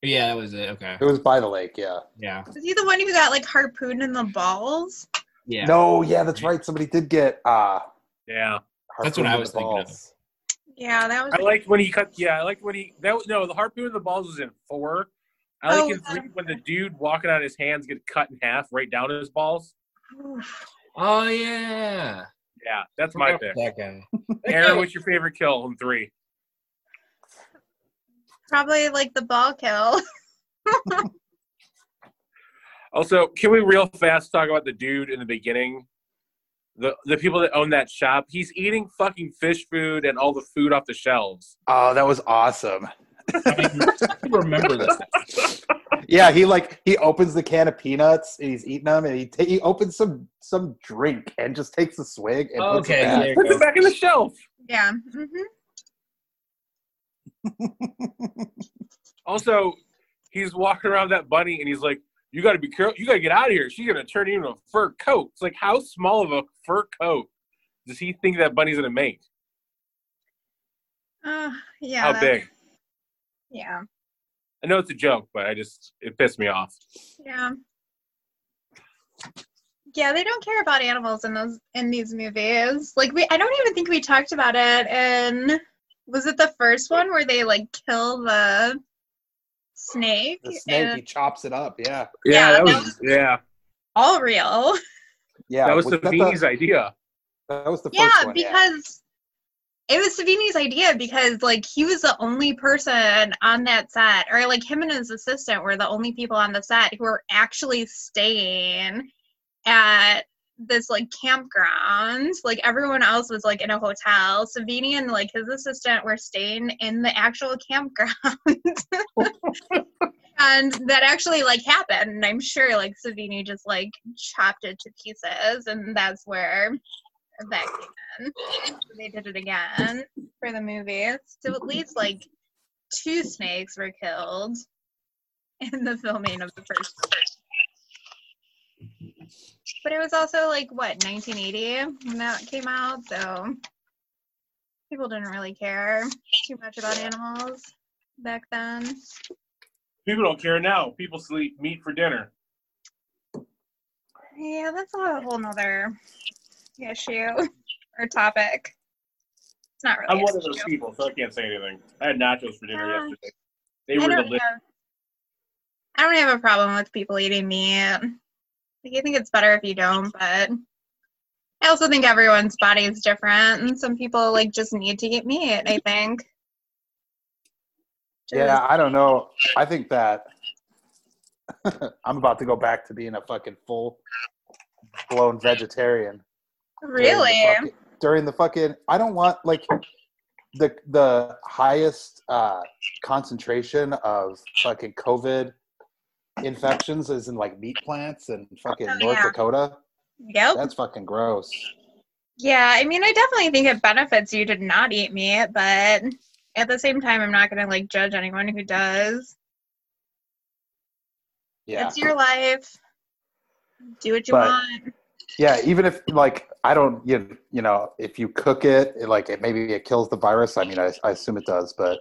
Speaker 1: Yeah, that was it. Okay.
Speaker 4: It was by the lake, yeah.
Speaker 1: Yeah.
Speaker 3: was he the one who got like harpooned in the balls?
Speaker 1: Yeah.
Speaker 4: No, yeah, that's right. Somebody did get uh
Speaker 2: Yeah.
Speaker 1: That's what I
Speaker 4: harpooned in
Speaker 1: was
Speaker 4: the
Speaker 1: thinking of.
Speaker 4: balls.
Speaker 3: Yeah, that was
Speaker 2: I liked when he cut. Yeah, I liked when he. That was- no, the harpoon of the balls was in four. I like
Speaker 3: Oh,
Speaker 2: in three
Speaker 3: yeah.
Speaker 2: when the dude walking on his hands get cut in half right down to his balls.
Speaker 1: Oh yeah.
Speaker 2: Yeah, that's my pick.
Speaker 1: That guy.
Speaker 2: Aaron, what's your favorite kill in three?
Speaker 3: probably like the ball kill.
Speaker 2: Also, can we real fast talk about the dude in the beginning? The the people that own that shop. He's eating fucking fish food and all the food off the shelves.
Speaker 4: Oh, that was awesome.
Speaker 1: I remember this.
Speaker 4: Yeah, he like he opens the can of peanuts and he's eating them, and he ta- he opens some some drink and just takes a swig and puts
Speaker 1: Okay,
Speaker 4: it back.
Speaker 1: there you
Speaker 2: Put it
Speaker 1: go.
Speaker 2: back in the shelf.
Speaker 3: yeah. hmm
Speaker 2: Also, he's walking around that bunny and he's like, "You got to be careful. You got to get out of here. She's gonna turn you into a fur coat." It's like, how small of a fur coat does he think that bunny's gonna make?
Speaker 3: Oh, yeah.
Speaker 2: how
Speaker 3: that-
Speaker 2: big?
Speaker 3: Yeah.
Speaker 2: I know it's a joke, but I just it pissed me off.
Speaker 3: Yeah. Yeah, they don't care about animals in those in these movies. Like we I don't even think we talked about it in was it the first one where they like kill the snake?
Speaker 4: The snake
Speaker 3: And-
Speaker 4: he chops it up. Yeah,
Speaker 3: Yeah, that
Speaker 2: yeah,
Speaker 3: all real.
Speaker 4: yeah.
Speaker 2: that was
Speaker 4: that,
Speaker 2: Savini's idea.
Speaker 4: that was the first
Speaker 3: Yeah,
Speaker 4: one.
Speaker 3: because it was Savini's idea because like he was the only person on that set, or like him and his assistant were the only people on the set who were actually staying at this like campground. Like everyone else was like in a hotel. Savini and like his assistant were staying in the actual campground. and that actually like happened. And I'm sure like Savini just like chopped it to pieces and that's where that came in. They did it again for the movie. So at least like two snakes were killed in the filming of the first. one. But it was also like what 1980 when that came out, so people didn't really care too much about animals back then.
Speaker 2: People don't care now. People sleep meat for dinner.
Speaker 3: Yeah, that's a whole nother issue or topic. It's not really.
Speaker 2: I'm
Speaker 3: an
Speaker 2: one of those
Speaker 3: issue.
Speaker 2: people, so I can't say anything. I had nachos for dinner
Speaker 3: Yeah.
Speaker 2: yesterday. They
Speaker 3: Oh. I
Speaker 2: were
Speaker 3: don't,
Speaker 2: delicious.
Speaker 3: have, I don't have a problem with people eating meat. Like, I think it's better if you don't, but I also think everyone's body is different, and some people like just need to eat meat. I think.
Speaker 4: yeah. yeah, I don't know. I think that I'm about to go back to being a fucking full blown vegetarian. during the
Speaker 3: Really?
Speaker 4: fucking- during the fucking i don't want like the the highest uh concentration of fucking covid infections is in like meat plants and fucking
Speaker 3: Oh,
Speaker 4: north
Speaker 3: yeah. Oh.
Speaker 4: dakota
Speaker 3: Yep.
Speaker 4: that's fucking gross
Speaker 3: Yeah, I mean, I definitely think it benefits you to not eat meat, but at the same time, I'm not gonna like judge anyone who does.
Speaker 4: yeah
Speaker 3: It's your life. Do what you
Speaker 4: But-
Speaker 3: want.
Speaker 4: yeah even if like i don't you, you know if you cook it, it like it maybe it kills the virus i mean I, I assume it does but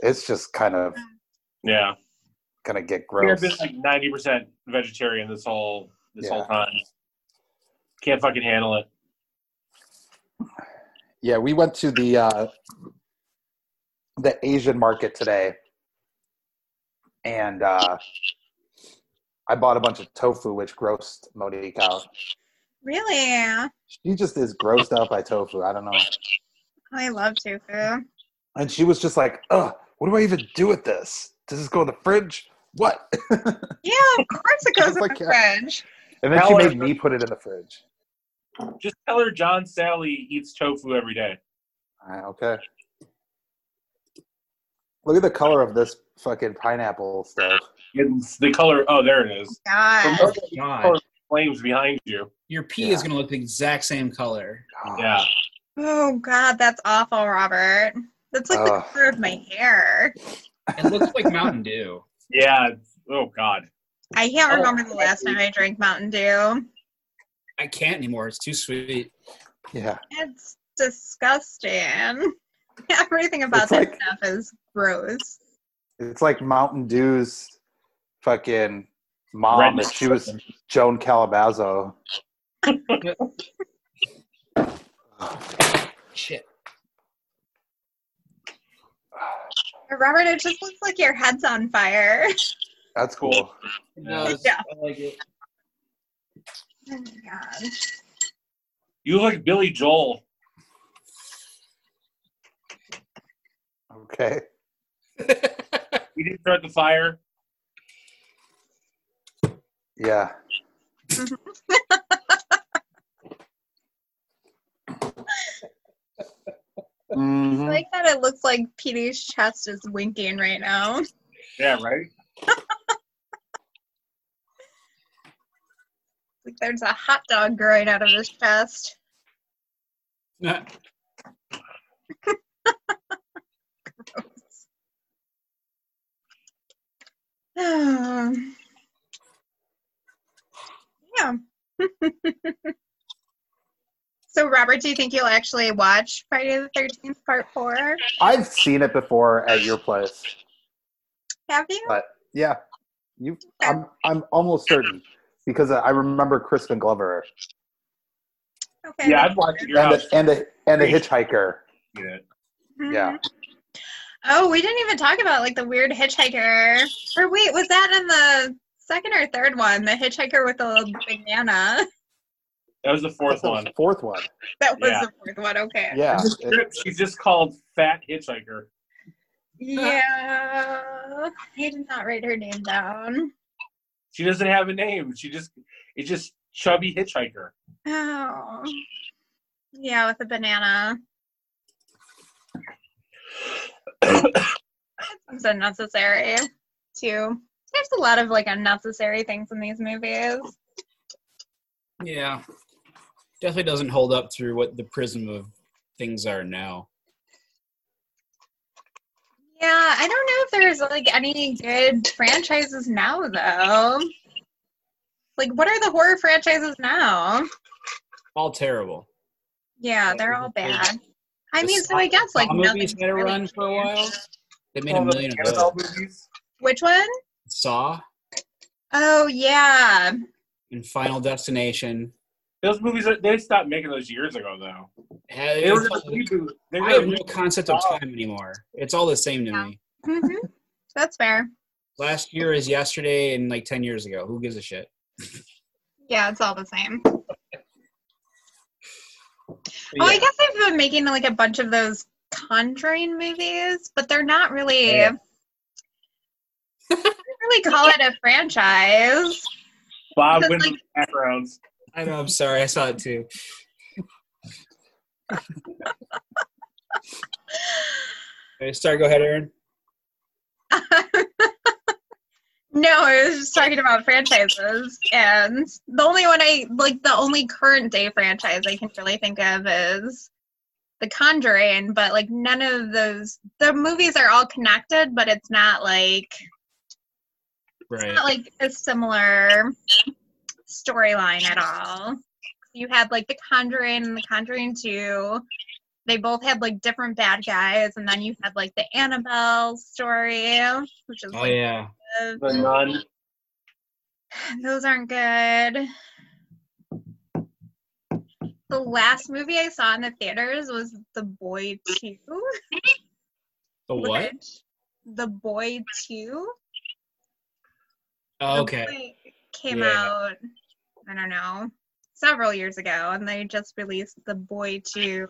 Speaker 4: It's just kind of
Speaker 2: Yeah.
Speaker 4: gonna get
Speaker 2: I've
Speaker 4: gross.
Speaker 2: been like ninety percent vegetarian this whole this
Speaker 4: Yeah.
Speaker 2: whole time. Can't fucking handle it.
Speaker 4: Yeah, we went to the uh, the Asian market today, and uh, I bought a bunch of tofu, which grossed Monique out.
Speaker 3: Really?
Speaker 4: She just is grossed out by tofu. I don't know,
Speaker 3: I love tofu.
Speaker 4: and she was just like, "Ugh, what do I even do with this? Does this go in the fridge? What?"
Speaker 3: Yeah, of course it goes in
Speaker 4: Like,
Speaker 3: the
Speaker 4: yeah.
Speaker 3: fridge.
Speaker 4: And then she
Speaker 2: Hell, I-
Speaker 4: made me put it in the fridge.
Speaker 2: Just tell her John Sally eats tofu every day.
Speaker 4: Alright, okay. Look at the color of this fucking pineapple stuff.
Speaker 2: It's the color oh there it is.
Speaker 3: God.
Speaker 2: From
Speaker 1: Oh God,
Speaker 2: flames behind you.
Speaker 1: your pee is going to look the exact same color.
Speaker 4: God.
Speaker 2: Yeah.
Speaker 3: Oh God, that's awful, Robert. That's like the
Speaker 4: Ugh.
Speaker 3: color of my hair.
Speaker 1: It looks like Mountain Dew.
Speaker 2: Yeah. it's- Oh god.
Speaker 3: I can't
Speaker 2: Oh,
Speaker 3: remember the last time I drank Mountain Dew.
Speaker 1: I can't anymore. It's too sweet.
Speaker 4: Yeah.
Speaker 3: It's disgusting. Everything about
Speaker 4: It's
Speaker 3: that
Speaker 4: like-
Speaker 3: stuff is gross.
Speaker 4: It's like Mountain Dew's fucking mom.
Speaker 2: Red-
Speaker 4: if Oh, she was Joan Calabazo.
Speaker 1: Shit.
Speaker 3: Robert, it just looks like your head's on fire.
Speaker 4: That's cool.
Speaker 1: No, it's-
Speaker 3: Yeah.
Speaker 1: I like it.
Speaker 3: Oh my God.
Speaker 2: You look like Billy Joel.
Speaker 4: Okay.
Speaker 2: You didn't start the fire.
Speaker 4: Yeah. Mm-hmm.
Speaker 3: I
Speaker 4: Mhm.
Speaker 3: like that it looks like Petey's chest is winking right now.
Speaker 2: Yeah, right?
Speaker 3: Like there's a hot dog growing out of his chest.
Speaker 1: No,
Speaker 3: yeah. so, Robert, do you think you'll actually watch Friday the 13th, part four?
Speaker 4: I've seen it before at your place.
Speaker 3: Have you?
Speaker 2: Uh,
Speaker 4: Yeah, you. I'm. I'm almost certain because I remember Crispin Glover
Speaker 3: Okay.
Speaker 2: Yeah, I've watched it at your
Speaker 4: and
Speaker 2: house.
Speaker 4: a, and a and a hitchhiker.
Speaker 2: Yeah.
Speaker 3: Mhm.
Speaker 4: Yeah.
Speaker 3: Oh, we didn't even talk about like the weird hitchhiker. Or wait, was that in the second or third one? The hitchhiker with the banana.
Speaker 2: That was the fourth
Speaker 4: That was
Speaker 2: one.
Speaker 4: the Fourth one.
Speaker 3: That was
Speaker 2: Yeah.
Speaker 3: the fourth one. Okay.
Speaker 4: Yeah.
Speaker 2: This
Speaker 4: It-
Speaker 2: script, She's just called Fat Hitchhiker.
Speaker 3: Yeah. I did not write her name down.
Speaker 2: She doesn't have a name. She just it's just chubby hitchhiker.
Speaker 3: Oh. Yeah, with a banana. It's unnecessary, too. There's a lot of like unnecessary things in these movies.
Speaker 1: yeah. Definitely doesn't hold up through what the prism of things are now.
Speaker 3: Yeah, I don't know if there's like any good franchises now though. Like what are the horror franchises now?
Speaker 1: All terrible.
Speaker 3: Yeah, they're all bad. I mean, so I guess like
Speaker 1: Saw movies
Speaker 3: nothing's
Speaker 1: had a
Speaker 3: really
Speaker 1: run for a while.
Speaker 3: changed.
Speaker 1: They made a million of
Speaker 2: Annabelle
Speaker 1: those.
Speaker 2: movies.
Speaker 3: Which one?
Speaker 1: Saw
Speaker 3: Oh yeah.
Speaker 1: and Final Destination.
Speaker 2: Those movies are, they stopped making those years ago though.
Speaker 1: Had-
Speaker 2: They were
Speaker 1: it's
Speaker 2: gonna
Speaker 1: all-
Speaker 2: reboot. They were
Speaker 1: I have
Speaker 2: gonna
Speaker 1: no concept of time anymore. It's all the same to me.
Speaker 3: hmm That's fair.
Speaker 1: Last year is yesterday, and like ten years ago. Who gives a shit?
Speaker 3: Yeah, it's all the same.
Speaker 2: Yeah.
Speaker 3: Oh, I guess I've been making like a bunch of those conjuring movies, but they're not really
Speaker 1: Yeah.
Speaker 3: I wouldn't really call it a franchise.
Speaker 2: Bob
Speaker 3: because,
Speaker 2: Wyndham's backgrounds.
Speaker 1: I know. I'm sorry. I saw it too. Okay, Sorry. Go ahead, Aaron.
Speaker 3: No, I was just talking about franchises, and the only one I like, the only current day franchise I can really think of is The Conjuring. But like, none of those the movies are all connected, but it's not like it's
Speaker 1: Right.
Speaker 3: not like a similar storyline at all. You had like The Conjuring and The Conjuring Two. they both had like different bad guys, and then you had like the Annabelle story, which is
Speaker 1: Oh
Speaker 3: like
Speaker 1: yeah.
Speaker 3: uh,
Speaker 2: The nun.
Speaker 3: those aren't good. The last movie I saw in the theaters was The Boy Two.
Speaker 1: The what?
Speaker 3: which- The Boy Two.
Speaker 1: Oh,
Speaker 3: The
Speaker 1: okay.
Speaker 3: Boy Came
Speaker 1: Yeah.
Speaker 3: out, I don't know, several years ago, and they just released The Boy 2.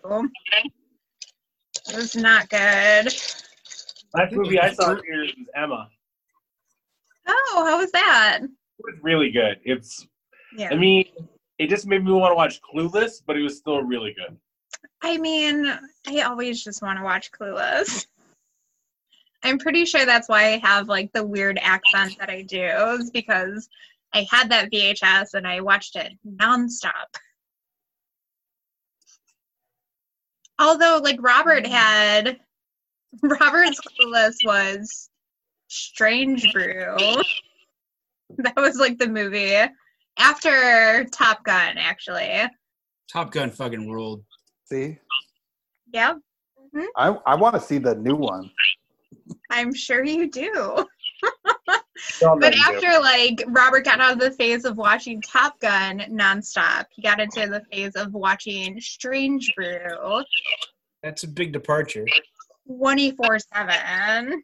Speaker 3: It was not good.
Speaker 2: Last movie I saw in theaters was Emma.
Speaker 3: Oh, how was that?
Speaker 2: It was really good. It's.
Speaker 3: Yeah.
Speaker 2: I mean, it just made me want to watch Clueless, but it was still really good.
Speaker 3: I mean, I always just want to watch Clueless. I'm pretty sure that's why I have like the weird accent that I do, is because I had that VHS and I watched it nonstop. Although, like, Robert had Robert's Clueless was Strange Brew. That was like the movie after Top Gun, actually.
Speaker 1: Top Gun fucking ruled.
Speaker 4: See,
Speaker 3: Yep.
Speaker 4: I I want to see the new one.
Speaker 3: I'm sure you do.
Speaker 4: Some
Speaker 3: But
Speaker 4: of them do.
Speaker 3: after like Robert got out of the phase of watching Top Gun nonstop, he got into the phase of watching Strange Brew
Speaker 1: That's a big departure.
Speaker 3: 24 7.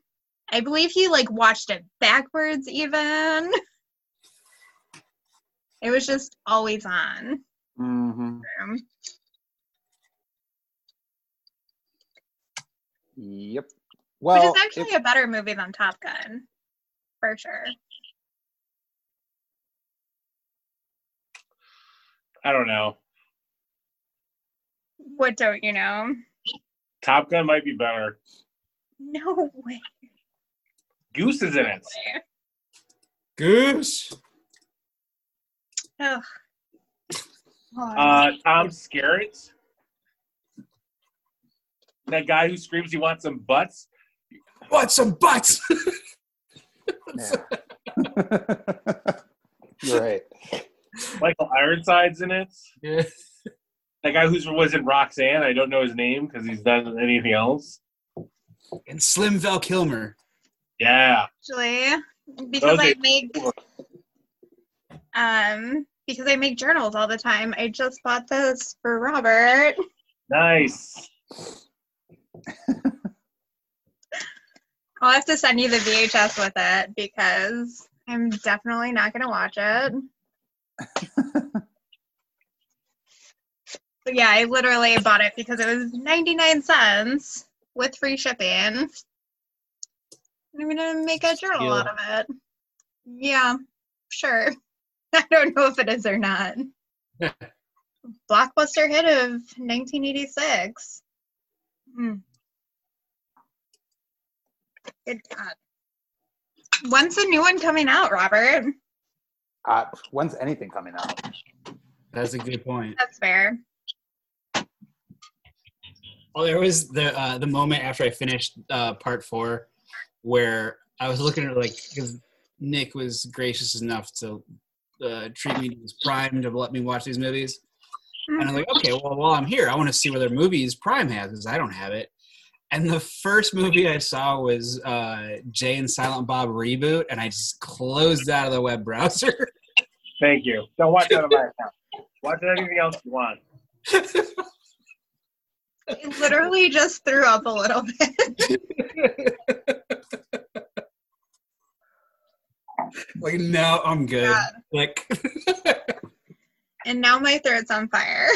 Speaker 3: I believe he like watched it backwards even. It was just always on. Um,
Speaker 4: Mhm. Yep. Well,
Speaker 3: Which is actually a
Speaker 4: it-
Speaker 3: better movie than Top Gun. For sure.
Speaker 2: I don't know.
Speaker 3: What don't you know?
Speaker 2: Top Gun might be better.
Speaker 3: No way.
Speaker 2: Goose is in it.
Speaker 1: Goose.
Speaker 3: Ugh.
Speaker 2: Uh, Tom Skerritt. That guy who screams he wants some butts.
Speaker 1: What some butts?
Speaker 4: yeah. You're right.
Speaker 2: Michael Ironside's in it.
Speaker 1: yeah.
Speaker 2: That guy who was in Roxanne. I don't know his name because he's done anything else.
Speaker 1: And Slim Val Kilmer.
Speaker 2: Yeah.
Speaker 3: actually because
Speaker 2: Okay.
Speaker 3: I make um because I make journals all the time. I just bought this for Robert.
Speaker 2: Nice.
Speaker 3: I'll have to send you the VHS with it because I'm definitely not gonna watch it. but yeah, I literally bought it because it was 99 cents with free shipping. And I'm gonna make a journal out of it. Yeah, sure. I don't know if it is or not. Blockbuster hit of 1986. Hmm. Good God. When's the uh, new one coming out, Robert?
Speaker 4: Uh, when's anything coming out?
Speaker 1: That's a good point.
Speaker 3: That's fair.
Speaker 1: Well, Oh, there was the uh, the moment after I finished uh, part four, where I was looking at like because Nick was gracious enough to uh, treat me to his Prime to let me watch these movies, and I'm like, okay, well, while I'm here, I want to see what other movies Prime has because I don't have it. And the first movie I saw was uh, Jay and Silent Bob reboot, and I just closed out of the web browser.
Speaker 2: Thank you. Don't watch that on my account. Watch anything else you want.
Speaker 3: I literally just threw up a little bit.
Speaker 1: like no, I'm good.
Speaker 3: Yeah.
Speaker 1: Like
Speaker 3: And now my throat's on fire.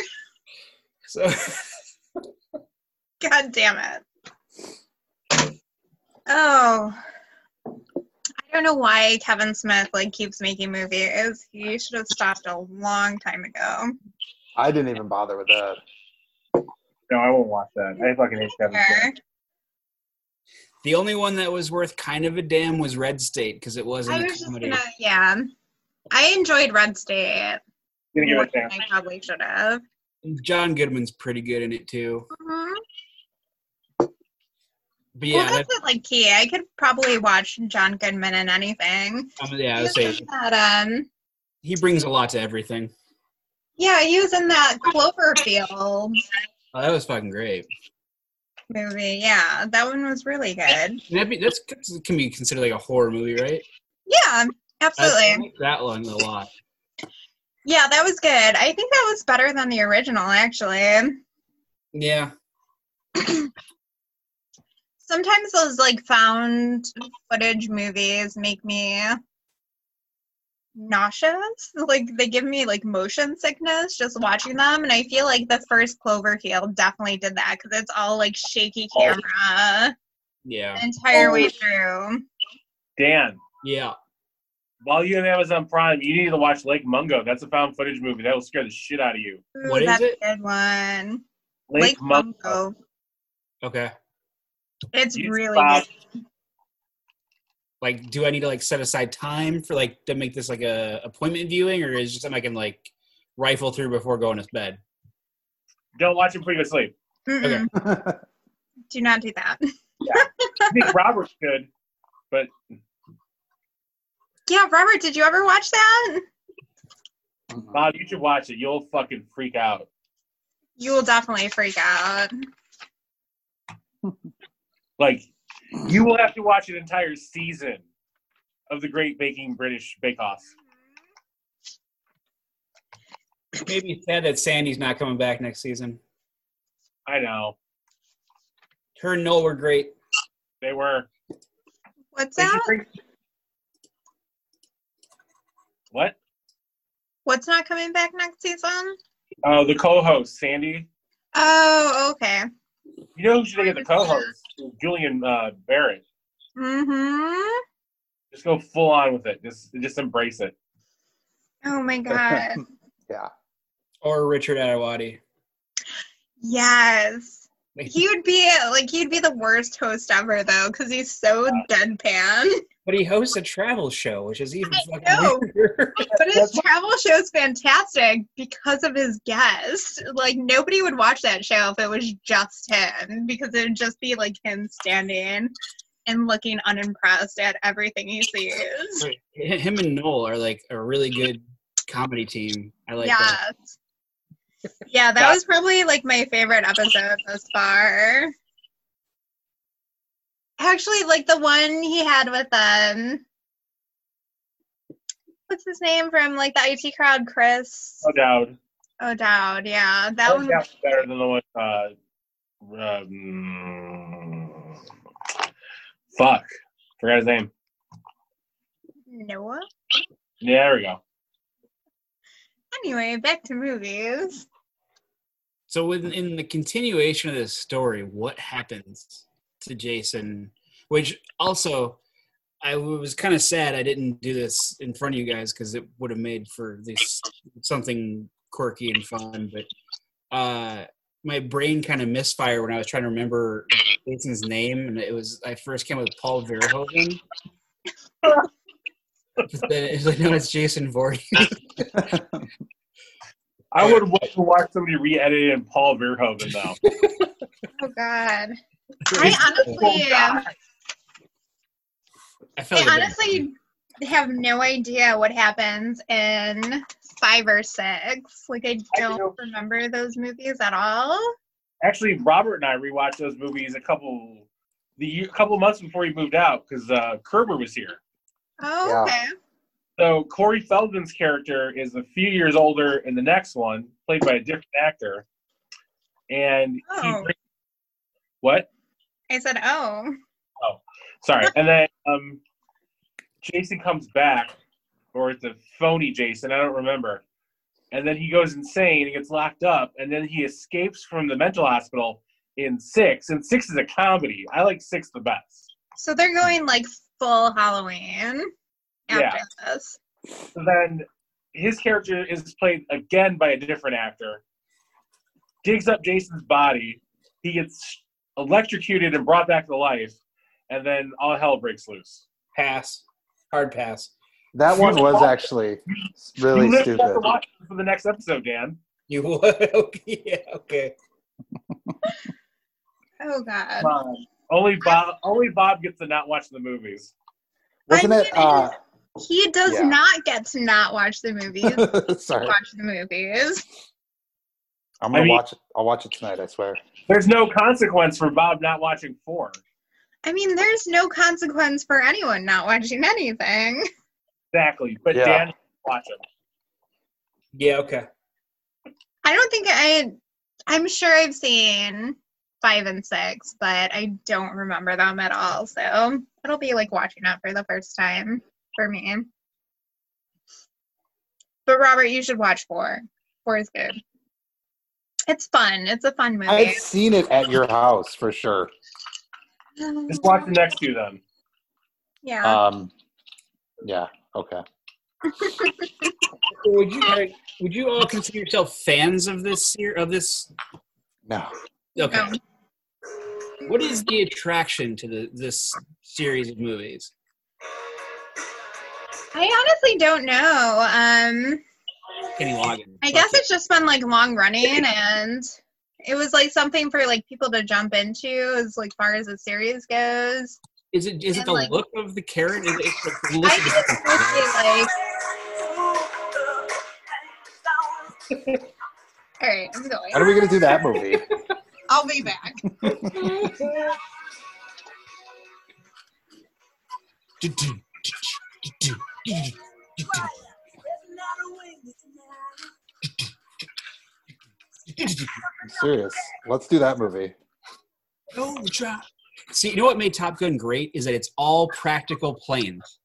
Speaker 1: so.
Speaker 3: God damn it. Oh. I don't know why Kevin Smith like keeps making movies. He should have stopped a long time ago.
Speaker 4: I didn't even bother with that.
Speaker 2: No, I won't watch that. I fucking hate Kevin Smith.
Speaker 1: The only one that was worth kind of a damn was Red State because it wasn't
Speaker 3: I
Speaker 1: a
Speaker 3: was just
Speaker 1: comedy.
Speaker 3: gonna yeah. I enjoyed Red State.
Speaker 2: Gonna give
Speaker 3: more
Speaker 2: it a
Speaker 3: than
Speaker 2: chance.
Speaker 3: I probably should have.
Speaker 1: John Goodman's pretty good in it too.
Speaker 3: Mhm.
Speaker 1: But yeah,
Speaker 3: well, that's like key. I could probably watch John Goodman in anything.
Speaker 1: that- um, yeah, I
Speaker 3: He
Speaker 1: would
Speaker 3: was
Speaker 1: say
Speaker 3: in that, um,
Speaker 1: he brings a lot to everything.
Speaker 3: yeah, he was in that Cloverfield
Speaker 1: Oh, that was fucking great.
Speaker 3: movie. Yeah, that one was really good.
Speaker 1: That be, that's can be considered like a horror movie, right?
Speaker 3: Yeah,
Speaker 1: I
Speaker 3: absolutely.
Speaker 1: like that one a lot.
Speaker 3: Yeah, that was good. I think that was better than the original, actually.
Speaker 1: Yeah.
Speaker 3: Sometimes those like found footage movies make me nauseous. Like they give me like motion sickness just watching them, and I feel like the first Cloverfield definitely did that because it's all like shaky
Speaker 2: Oh.
Speaker 3: camera
Speaker 1: Yeah.
Speaker 3: the entire way
Speaker 2: Oh.
Speaker 3: through.
Speaker 2: Dan,
Speaker 1: Yeah.
Speaker 2: while you have Amazon Prime, you need to watch Lake Mungo. That's a found footage movie. That will scare the shit out of you.
Speaker 3: Ooh,
Speaker 1: What is
Speaker 3: that's
Speaker 1: it?
Speaker 3: a good one.
Speaker 2: Lake, Mungo.
Speaker 3: Mungo.
Speaker 1: Okay.
Speaker 3: It's
Speaker 2: You
Speaker 3: really
Speaker 2: stop.
Speaker 3: good.
Speaker 1: Like, do I need to like set aside time for like to make this like a appointment viewing, or is it just something I can like rifle through before going to bed?
Speaker 2: Don't watch it before you go to sleep.
Speaker 3: Mm-mm. Do not do that.
Speaker 2: I think Robert's good.
Speaker 3: Yeah, Robert, did you ever watch that?
Speaker 2: Bob, you should watch it. You'll fucking freak out.
Speaker 3: You will definitely freak out.
Speaker 2: Like, you will have to watch an entire season of the Great Baking British Bake Off.
Speaker 1: Maybe it's sad that Sandy's not coming back next season.
Speaker 2: I know.
Speaker 1: Her and Noel were great.
Speaker 2: They were.
Speaker 3: What's
Speaker 2: they should
Speaker 3: that?
Speaker 2: bring- What?
Speaker 3: What's not coming back next season?
Speaker 2: Oh, the co-host, Sandy.
Speaker 3: Oh, okay.
Speaker 2: You know who should get the co-host? Julian uh, Barrett.
Speaker 3: Mm-hmm.
Speaker 2: Just go full on with it. Just just embrace it.
Speaker 3: Oh my god.
Speaker 4: yeah.
Speaker 1: Or Richard Adewadi.
Speaker 3: yes. He would be like he'd be the worst host ever though, because he's so deadpan.
Speaker 1: But he hosts a travel show, which is even fucking
Speaker 3: know.
Speaker 1: weirder.
Speaker 3: But his travel show's fantastic because of his guest. Like nobody would watch that show if it was just him, because it would just be like him standing and looking unimpressed at everything he sees.
Speaker 1: Him and Noel are like a really good comedy team. I like
Speaker 3: yeah.
Speaker 1: that.
Speaker 3: Yeah, that
Speaker 2: Yeah.
Speaker 3: was probably like my favorite episode thus far. Actually, like the one he had with um what's his name from like the IT crowd, Chris
Speaker 2: No doubt.
Speaker 3: O'Dowd, yeah. That
Speaker 1: Oh,
Speaker 2: No
Speaker 3: one
Speaker 2: doubt better than the one. Uh, um, fuck. Forgot his name.
Speaker 3: Noah.
Speaker 2: Yeah, there we go.
Speaker 3: Anyway, back to movies.
Speaker 1: So, within in the continuation of this story, what happens to Jason? Which also, I was kind of sad I didn't do this in front of you guys because it would have made for this something quirky and fun. But uh, my brain kind of misfired when I was trying to remember Jason's name, and it was I first came up with Paul Verhoeven. But then it was like, no, it's Jason Voorhees.
Speaker 2: I would want to watch somebody re-edit in Paul Verhoeven though.
Speaker 3: Oh god. I honestly
Speaker 1: I felt
Speaker 3: I
Speaker 1: like
Speaker 3: honestly have no idea what happens in five or six. Like I
Speaker 2: I
Speaker 3: don't
Speaker 2: do.
Speaker 3: remember those movies at all.
Speaker 2: Actually, Robert and I rewatched those movies a couple the year, couple months before he moved out because uh, Kerber was here.
Speaker 3: Oh,
Speaker 4: Yeah.
Speaker 3: okay.
Speaker 2: So Corey Feldman's character is a few years older in the next one, played by a different actor, and he
Speaker 3: Oh.
Speaker 2: brings- what?
Speaker 3: I said, oh.
Speaker 2: Sorry, and then um, Jason comes back, or it's a phony Jason. I don't remember. And then he goes insane and gets locked up, and then he escapes from the mental hospital in six. And six is a comedy. I like six the best.
Speaker 3: So they're going like full Halloween after this.
Speaker 2: So then his character is played again by a different actor, digs up Jason's body. He gets electrocuted and brought back to life, and then all hell breaks loose.
Speaker 1: pass, hard pass.
Speaker 4: That one was actually really
Speaker 2: you literally have to
Speaker 4: stupid.
Speaker 2: watch it for the next episode, Dan.
Speaker 1: You would? Okay, yeah, okay.
Speaker 3: Oh god.
Speaker 2: Bob. Only Bob. Only Bob gets to not watch the movies.
Speaker 4: Wasn't it? Uh,
Speaker 3: He does
Speaker 4: Yeah.
Speaker 3: not get to not watch the movies.
Speaker 4: sorry.
Speaker 3: watch the movies.
Speaker 4: uh, I'm gonna
Speaker 2: I mean-
Speaker 4: watch it. I'll watch it tonight. I swear.
Speaker 2: There's no consequence for Bob not watching four.
Speaker 3: I mean, there's no consequence for anyone not watching anything.
Speaker 2: Exactly. But
Speaker 4: Yeah.
Speaker 2: Dan watch them.
Speaker 1: Yeah, okay.
Speaker 3: I don't think I. I'm sure I've seen five and six, but I don't remember them at all. So it'll be like watching it for the first time for me. But Robert, you should watch four. Four is good. It's fun. It's a fun movie.
Speaker 4: I've seen it at your house for sure.
Speaker 2: Just watch the next two then.
Speaker 3: yeah.
Speaker 4: Um, yeah. Okay.
Speaker 1: Would you guys, would you all consider yourself fans of this here of this?
Speaker 4: No.
Speaker 1: Okay.
Speaker 3: No.
Speaker 1: What is the attraction to the, this series of movies?
Speaker 3: I honestly don't know. Um,
Speaker 1: Kenny Loggins.
Speaker 3: I guess it's just been like long running and it was like something for like people to jump into as like far as the series goes.
Speaker 1: Is it is it
Speaker 3: and,
Speaker 1: the
Speaker 3: like-
Speaker 1: look of the carrot? Is it, it's the
Speaker 3: I
Speaker 1: look of
Speaker 3: think
Speaker 1: the
Speaker 3: it's mostly like all right, I'm going.
Speaker 4: When are we gonna do that movie?
Speaker 3: I'll be back.
Speaker 4: I'm serious. Let's do that movie.
Speaker 1: No drop. See, you know what made Top Gun great is that it's all practical planes.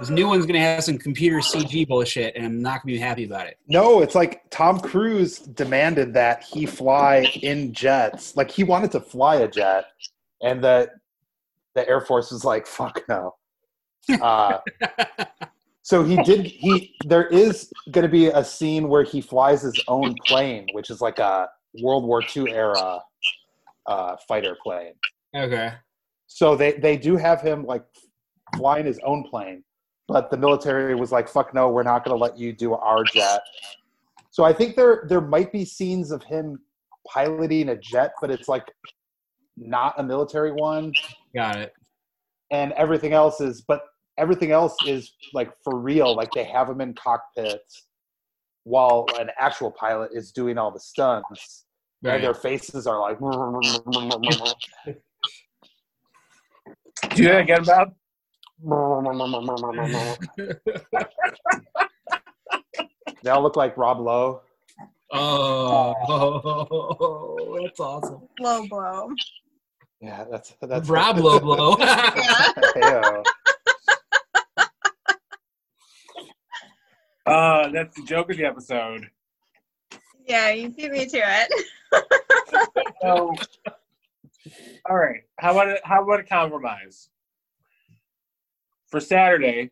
Speaker 1: This new one's gonna have some computer CG bullshit, and I'm not gonna be happy about it.
Speaker 4: No, it's like Tom Cruise demanded that he fly in jets. Like he wanted to fly a jet, and the the Air Force was like, "Fuck no." Uh, so he did. He there is going to be a scene where he flies his own plane, which is like a World War II era uh, fighter plane.
Speaker 1: Okay.
Speaker 4: So they they do have him like flying his own plane, but the military was like, "Fuck no, we're not going to let you do our jet." So I think there there might be scenes of him piloting a jet, but it's like not a military one,
Speaker 1: Got it.
Speaker 4: and everything else is. But everything else is like for real. Like they have him in cockpits while an actual pilot is doing all the stunts,
Speaker 1: Right.
Speaker 4: and their faces are like.
Speaker 2: Do that again, Bob.
Speaker 4: They all look like Rob Lowe.
Speaker 1: Oh, that's awesome.
Speaker 3: Low blow.
Speaker 4: Yeah, that's that's
Speaker 1: Rob Low Blow.
Speaker 3: Yeah.
Speaker 4: Ew.
Speaker 2: Uh, that's the joke of the episode.
Speaker 3: Yeah, you beat me to it.
Speaker 2: So, all right. How about a, how about a compromise for Saturday,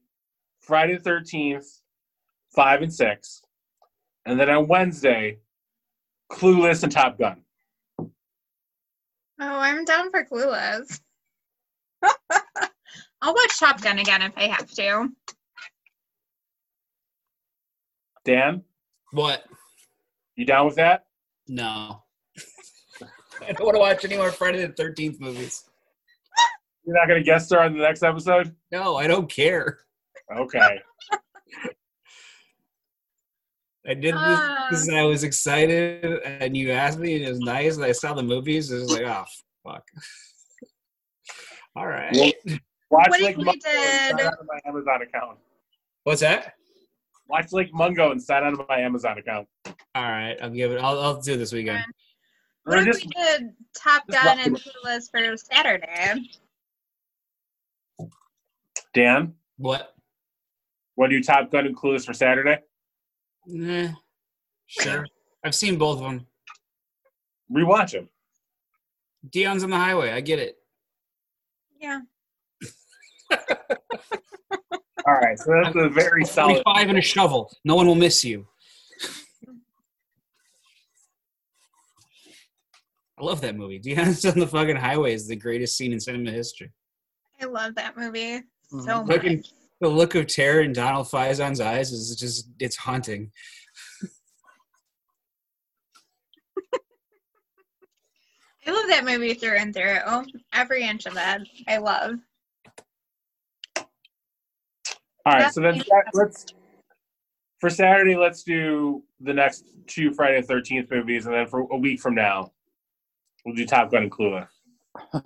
Speaker 2: Friday the thirteenth, five and six, and then on Wednesday, Clueless and Top Gun.
Speaker 3: Oh, I'm down for clueless. I'll watch Top Gun again if I have to.
Speaker 2: Dan,
Speaker 1: what?
Speaker 2: you down with that?
Speaker 1: No. I don't want to watch any more Friday the 13th movies.
Speaker 2: You're not gonna guest star on the next episode?
Speaker 1: No, I don't care.
Speaker 2: Okay.
Speaker 1: I did this because I was excited and you asked me and it was nice and I saw the movies. It was like, oh, fuck. All right.
Speaker 2: Well- Watch
Speaker 3: What if
Speaker 2: Lake
Speaker 3: we
Speaker 2: Mungo
Speaker 3: did-
Speaker 2: and sign out of my Amazon account.
Speaker 1: What's that?
Speaker 2: Watch Lake Mungo and sign out of my Amazon account.
Speaker 1: All right. I'll give it, I'll, I'll do this weekend.
Speaker 2: Or
Speaker 3: What if
Speaker 2: just
Speaker 3: we did Top
Speaker 2: just
Speaker 3: Gun
Speaker 2: watch
Speaker 3: and Clueless for Saturday?
Speaker 2: Dan,
Speaker 1: What?
Speaker 2: want to do Top Gun and Clueless for Saturday?
Speaker 1: Nah. Sure. I've seen both of them.
Speaker 2: Rewatch them.
Speaker 1: Dion's on the highway. I get it.
Speaker 3: Yeah.
Speaker 2: All right, so that's a very solid.
Speaker 1: 45 and a shovel. No one will miss you. I love that movie. Deion's on the fucking highway is the greatest scene in cinema history.
Speaker 3: I love that movie so
Speaker 2: Mm-hmm.
Speaker 4: Mhm.
Speaker 3: much.
Speaker 1: Fucking- The look of terror in Donald Faison's eyes is just, it's haunting.
Speaker 3: I love that movie through and through. Oh, Every inch of it, I love.
Speaker 2: All right, so then let's for Saturday, let's do the next two Friday the Thirteenth movies, and then for a week from now, we'll do Top Gun and Clueless.
Speaker 1: I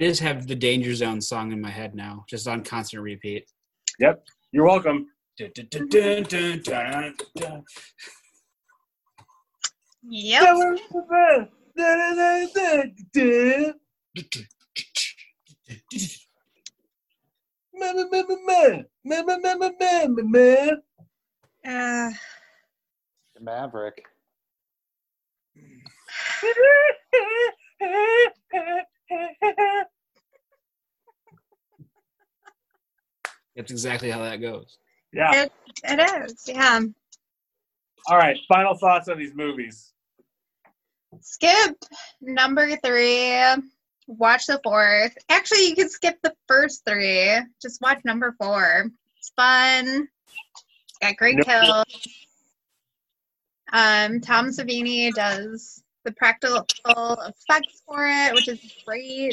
Speaker 1: just have the Danger Zone song in my head now, just on constant repeat.
Speaker 2: You're welcome.
Speaker 1: Dun, dun, dun, dun, dun, dun, dun.
Speaker 3: Yep. Uh,
Speaker 4: Maverick.
Speaker 1: That's exactly how that goes.
Speaker 2: Yeah.
Speaker 3: it is. Yeah.
Speaker 2: All right. Final thoughts on these movies.
Speaker 3: Skip number three. Watch the fourth. Actually, you can skip the first three. Just watch number four. It's fun. It's got great
Speaker 2: No.
Speaker 3: kills. Um, Tom Savini does the practical effects for it, which is great.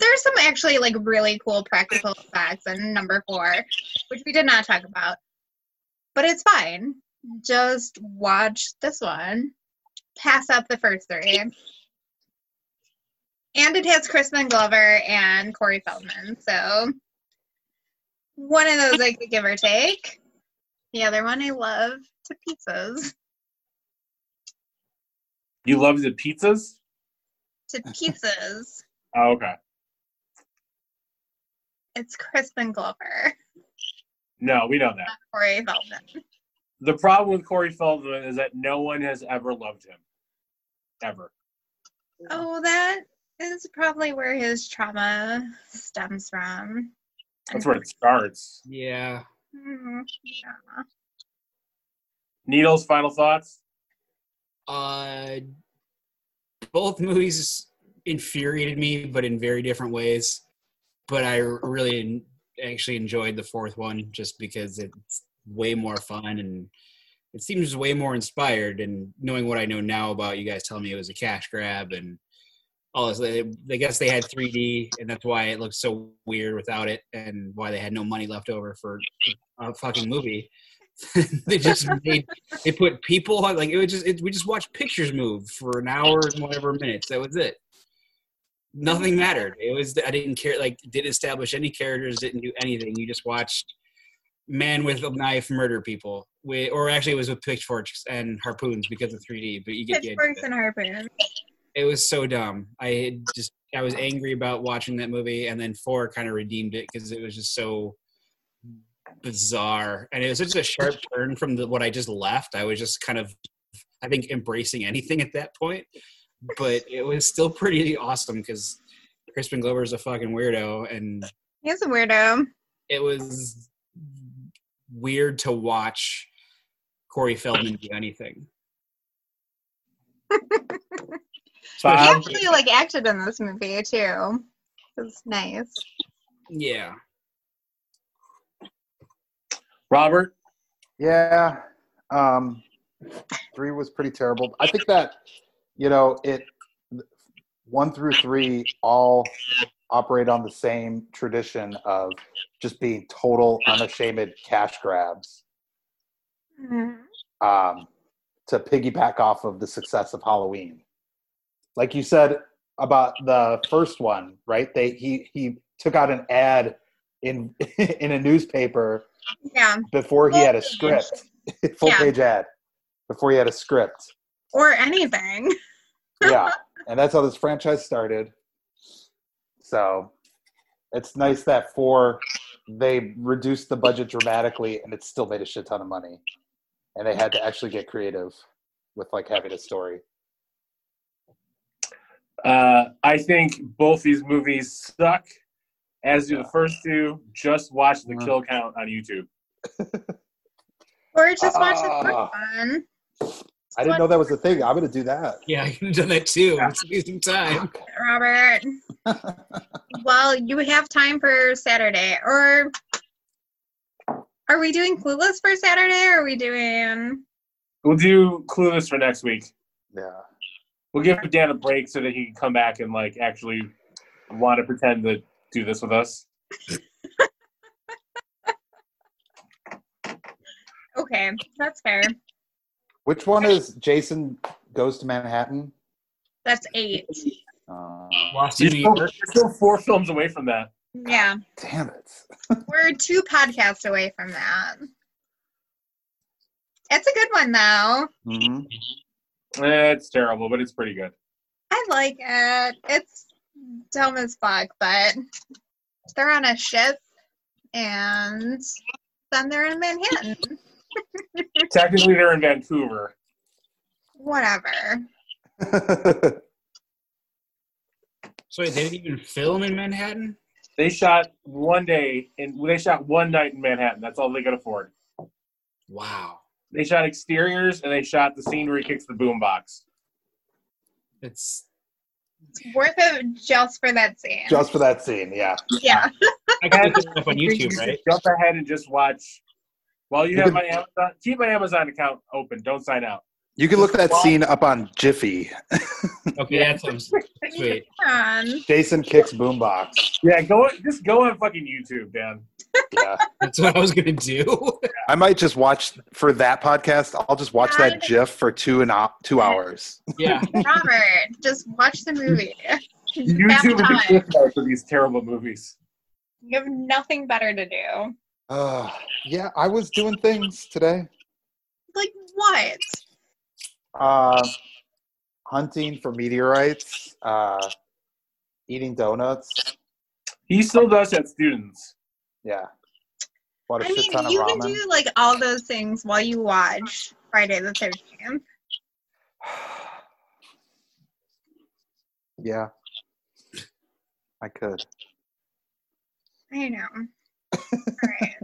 Speaker 3: There's some actually like really cool practical effects in number four, which we did not talk about. But it's fine. Just watch this one pass up the first three. And it has Crispin Glover and Corey Feldman. So one of those I could give or take. The other one I love to pizzas.
Speaker 2: You love the pizzas?
Speaker 3: To pizzas.
Speaker 2: Oh, okay.
Speaker 3: It's Crispin Glover,
Speaker 2: No, we know that.
Speaker 3: Corey Feldman.
Speaker 2: The problem with Corey Feldman is that no one has ever loved him. Ever.
Speaker 3: Oh, that is probably where his trauma stems from.
Speaker 2: That's where it starts.
Speaker 1: Yeah.
Speaker 3: Mhm, yeah.
Speaker 2: Needles, final thoughts?
Speaker 1: Uh, both movies infuriated me, but in very different ways. But I really en- actually enjoyed the fourth one just because it's way more fun and it seems way more inspired. And knowing what I know now about you guys telling me it was a cash grab and all this, Oh, they- I guess they had 3D and that's why it looked so weird without it and why they had no money left over for a fucking movie. they just made they put people on like it was just it, we just watched pictures move for an hour and whatever minutes that was it nothing mattered it was i didn't care like didn't establish any characters didn't do anything you just watched man with a knife murder people with, or actually it was with pitchforks and harpoons because of 3d but you get the idea
Speaker 3: Pitchforks and Harpoons.
Speaker 1: it was so dumb. I had just I was angry about watching that movie, and then four kind of redeemed it because it was just so bizarre, and it was such a sharp turn from the, what I just left. I was just kind of, I think, embracing anything at that point, but it was still pretty awesome because Crispin Glover is a fucking weirdo, and
Speaker 3: He's a weirdo.
Speaker 1: it was weird to watch Corey Feldman do anything.
Speaker 3: He
Speaker 4: Um,
Speaker 2: Bob,
Speaker 3: actually like acted in this movie too. It's nice.
Speaker 1: Yeah.
Speaker 2: Robert,
Speaker 4: Yeah. Um, three was pretty terrible. I think that, you know, it one through three all operate on the same tradition of just being total unashamed cash grabs
Speaker 3: Mhm.
Speaker 4: um, to piggyback off of the success of Halloween. Like you said about the first one, right? They he he took out an ad in in a newspaper
Speaker 3: Yeah.
Speaker 4: before he had a
Speaker 3: Full page.
Speaker 4: script, full
Speaker 3: Yeah.
Speaker 4: page ad before he had a script.
Speaker 3: Or anything.
Speaker 4: Yeah, and that's how this franchise started. So it's nice that for they reduced the budget dramatically and it still made a shit ton of money, and they had to actually get creative with like having a story.
Speaker 2: uh, I think both these movies suck, as do
Speaker 4: Yeah.
Speaker 2: the first two. Just watch the
Speaker 4: Mhm.
Speaker 2: kill count on YouTube.
Speaker 3: Or just watch
Speaker 4: Ah.
Speaker 3: the first one.
Speaker 4: I didn't know that was a thing. I'm gonna do that.
Speaker 1: Yeah, I could have done that too. It's losing time.
Speaker 3: Robert. well, you have time for Saturday. Or are we doing Clueless for Saturday or are we doing
Speaker 2: We'll do Clueless for next week.
Speaker 4: Yeah,
Speaker 2: We'll give Dan a break so that he can come back and like actually want to pretend to do this with us.
Speaker 3: Okay, that's fair.
Speaker 4: Which one is Jason Goes to Manhattan?
Speaker 3: That's eight.
Speaker 4: Uh,
Speaker 1: Lost
Speaker 2: You're
Speaker 1: in New
Speaker 2: still,
Speaker 1: York.
Speaker 2: you're still four films away from that.
Speaker 3: Yeah,
Speaker 4: damn it.
Speaker 3: we're two podcasts away from that. It's a good one though.
Speaker 4: Mhm.
Speaker 2: Eh, it's terrible, but it's pretty good.
Speaker 3: I like it. It's dumb as fuck, but they're on a ship and then they're in Manhattan.
Speaker 2: Technically, they're in Vancouver.
Speaker 3: Whatever.
Speaker 1: So wait, they didn't even film in Manhattan?
Speaker 2: They shot one day, and they shot one night in Manhattan. That's all they could afford.
Speaker 1: Wow.
Speaker 2: They shot exteriors, and they shot the scene where he kicks the boombox.
Speaker 1: That's
Speaker 3: It's worth it just for that scene.
Speaker 4: Just for that scene, yeah.
Speaker 3: yeah.
Speaker 1: I can look this up on YouTube,
Speaker 2: should
Speaker 1: right?
Speaker 2: Jump ahead and just watch. While you
Speaker 4: You
Speaker 2: have
Speaker 4: can-
Speaker 2: my Amazon, keep my Amazon account open. Don't sign out.
Speaker 4: You can look that scene up on Jiffy.
Speaker 1: Okay, that sounds sweet.
Speaker 3: Um,
Speaker 4: Jason kicks boombox.
Speaker 2: Yeah, go just go on fucking YouTube, Dan.
Speaker 4: Yeah.
Speaker 1: That's what I was gonna do.
Speaker 4: I might just watch for that podcast. I'll just watch that GIF for two and o- two hours.
Speaker 1: yeah.
Speaker 3: Robert, just watch the movie. You have
Speaker 2: YouTube is the
Speaker 3: time.
Speaker 2: gift for these terrible movies.
Speaker 3: You have nothing better to do.
Speaker 4: Uh, yeah, I was doing things today.
Speaker 3: Like what?
Speaker 4: Uh, hunting for meteorites. Uh, eating donuts.
Speaker 2: He still does that, students.
Speaker 4: Yeah. Bought a
Speaker 3: I
Speaker 4: shit
Speaker 3: mean,
Speaker 4: ton of
Speaker 3: you
Speaker 4: ramen.
Speaker 3: can do like all those things while you watch Friday the Thirteenth.
Speaker 4: yeah. I could.
Speaker 3: I know. All right.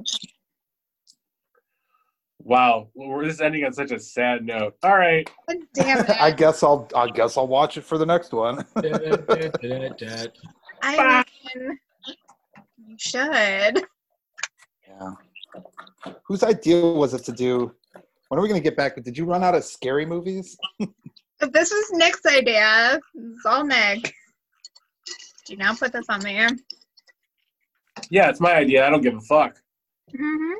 Speaker 2: Wow, well, we're just ending on such a sad note. All right,
Speaker 3: God Damn it.
Speaker 4: I guess I'll I guess I'll watch it for the next one.
Speaker 1: Da-da-da-da-da.
Speaker 3: I mean, you should.
Speaker 4: Yeah. Whose idea was it to do? When are we going to get back? Did you run out of scary movies?
Speaker 3: But this was Nick's idea. It's all Nick. Do not put this on there.
Speaker 2: yeah, it's my idea. I don't give a fuck.
Speaker 3: hmm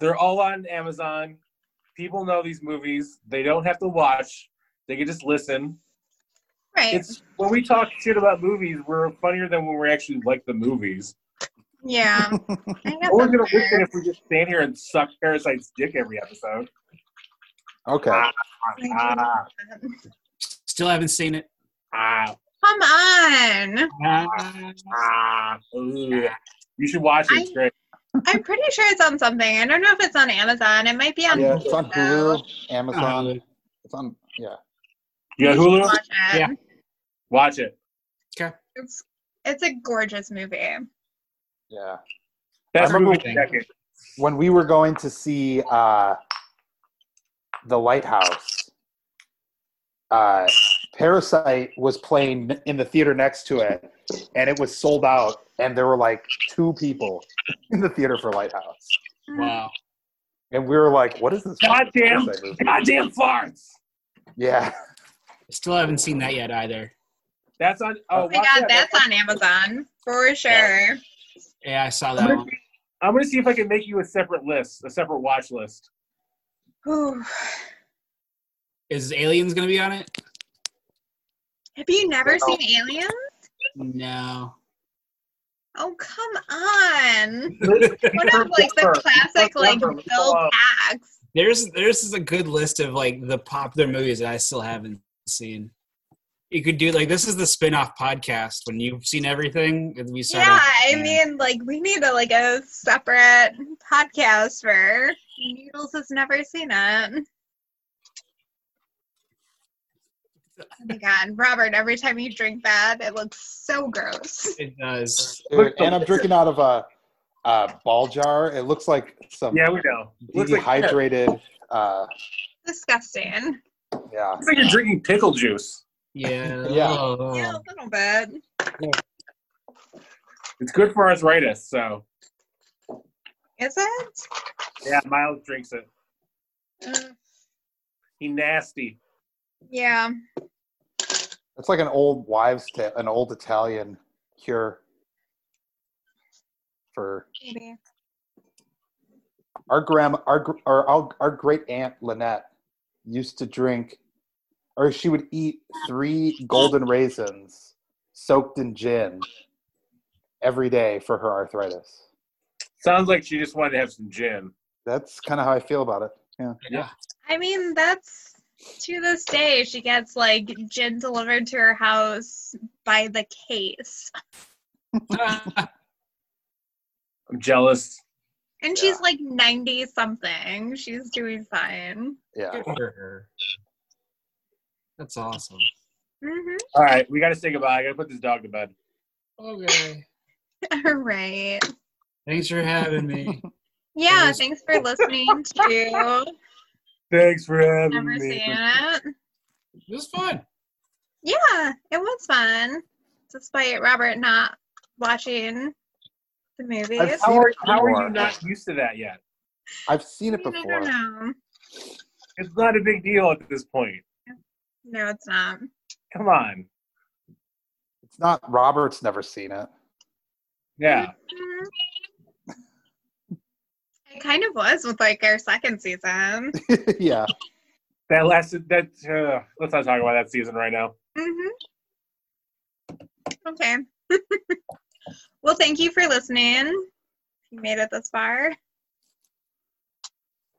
Speaker 2: They're all on Amazon. People know these movies. They don't have to watch. They can just listen.
Speaker 3: Right.
Speaker 2: It's when we talk shit about movies, we're funnier than when we actually like the movies.
Speaker 3: yeah. I guess
Speaker 2: Or we're
Speaker 3: that's
Speaker 2: gonna
Speaker 3: fair.
Speaker 2: listen if we just stand here and suck Parasite's dick every episode.
Speaker 4: Okay.
Speaker 2: Ah,
Speaker 1: Still haven't seen it.
Speaker 2: ah,
Speaker 3: Come on.
Speaker 1: Ah.
Speaker 2: ah, ugh. You should watch it. It's great.
Speaker 3: I'm pretty sure it's on something. I don't know if it's on Amazon. It might be on
Speaker 4: Yeah,
Speaker 3: Hulu,
Speaker 4: it's on
Speaker 3: though.
Speaker 4: Hulu,
Speaker 1: Uh,
Speaker 4: Amazon. It's on yeah.
Speaker 2: You got
Speaker 3: should
Speaker 2: Hulu?
Speaker 3: Watch it.
Speaker 1: Yeah.
Speaker 2: Watch it.
Speaker 3: It's it's a gorgeous movie.
Speaker 4: Yeah.
Speaker 2: That's
Speaker 4: I remember
Speaker 2: movie
Speaker 1: when-
Speaker 2: decade.
Speaker 4: When we were going to see uh The Lighthouse, uh Parasite was playing in the theater next to it and it was sold out and there were like two people in the theater for Lighthouse.
Speaker 3: Mm-hmm.
Speaker 1: Wow.
Speaker 4: And we were like, what is this? fucking
Speaker 2: Goddamn.
Speaker 4: Parasite movie?
Speaker 2: Goddamn farts.
Speaker 4: Yeah.
Speaker 1: Still haven't seen that yet either.
Speaker 2: That's on. Oh,
Speaker 3: Oh
Speaker 2: watch
Speaker 3: my god,
Speaker 2: that.
Speaker 3: that's on Amazon for sure.
Speaker 1: Yeah, I saw
Speaker 2: I'm
Speaker 1: that
Speaker 2: gonna,
Speaker 1: one.
Speaker 2: see, I'm gonna see if I can make you a separate list, a separate watch list.
Speaker 3: Whew.
Speaker 1: Is Aliens gonna be on it?
Speaker 3: Have you never
Speaker 4: No.
Speaker 3: seen Alien?
Speaker 1: No.
Speaker 3: Oh come on! One
Speaker 2: One
Speaker 3: of like the classic like
Speaker 2: Remember,
Speaker 3: Bill
Speaker 2: uh,
Speaker 3: Paxton.
Speaker 1: There's there's is a good list of like the popular movies that I still haven't seen. You could do like this is the spin-off podcast when you've seen everything. and We sort of-
Speaker 3: Yeah, I mean, like we need a like a separate podcast for Noodles has never seen it. Oh my god, Robert! Every time you drink that, it looks so gross.
Speaker 1: it does.
Speaker 4: Dude, and I'm drinking out of a, a ball jar. It looks like some
Speaker 2: Yeah, we know. Looks like, yeah,
Speaker 4: dehydrated. uh,
Speaker 3: Disgusting.
Speaker 4: yeah,
Speaker 2: looks like you're drinking pickle juice.
Speaker 1: Yeah.
Speaker 4: Yeah.
Speaker 1: Oh.
Speaker 3: Yeah, a little bit.
Speaker 2: It's good for arthritis. So
Speaker 3: Is it?
Speaker 2: yeah, Miles drinks it.
Speaker 3: Mm,
Speaker 2: He nasty.
Speaker 3: yeah.
Speaker 4: it's like an old wives' tale, an old Italian cure for
Speaker 3: Maybe.
Speaker 4: Our grandma, our gr- our our- our great aunt Lynette used to drink, or she would eat three golden raisins soaked in gin every day for her arthritis.
Speaker 2: Sounds like she just wanted to have some gin.
Speaker 4: That's kind of how I feel about it.
Speaker 3: I mean, that's to this day she gets like gin delivered to her house by the case,
Speaker 2: I'm jealous.
Speaker 3: and
Speaker 4: Yeah.
Speaker 3: she's like ninety something. She's doing fine.
Speaker 4: Yeah.
Speaker 1: Good for her. That's awesome.
Speaker 3: hmm
Speaker 2: All right, we got to say goodbye. I got to put this dog to bed.
Speaker 1: Okay.
Speaker 3: All right.
Speaker 1: Thanks for having me.
Speaker 3: Yeah,
Speaker 1: was-
Speaker 3: thanks for listening to
Speaker 2: Thanks for having
Speaker 3: Never
Speaker 2: me.
Speaker 3: Seen It.
Speaker 1: It was fun.
Speaker 3: Yeah, it was fun, despite Robert not watching the movies.
Speaker 4: I've
Speaker 2: How
Speaker 4: seen
Speaker 2: are,
Speaker 4: it
Speaker 2: how are
Speaker 4: before.
Speaker 2: you not used to that yet?
Speaker 4: I've seen
Speaker 3: I
Speaker 4: it
Speaker 3: mean, I
Speaker 4: before.
Speaker 3: don't know.
Speaker 2: It's not a big deal at this point.
Speaker 3: No, it's not.
Speaker 2: Come on.
Speaker 4: It's not Robert's never seen it.
Speaker 2: Yeah.
Speaker 3: Mm. It kind of was with like our second season.
Speaker 4: yeah.
Speaker 2: That lasted, that, uh, let's not talk about that season right now.
Speaker 3: hmm Mm-hmm. Okay. well, thank you for listening. If You made it this far.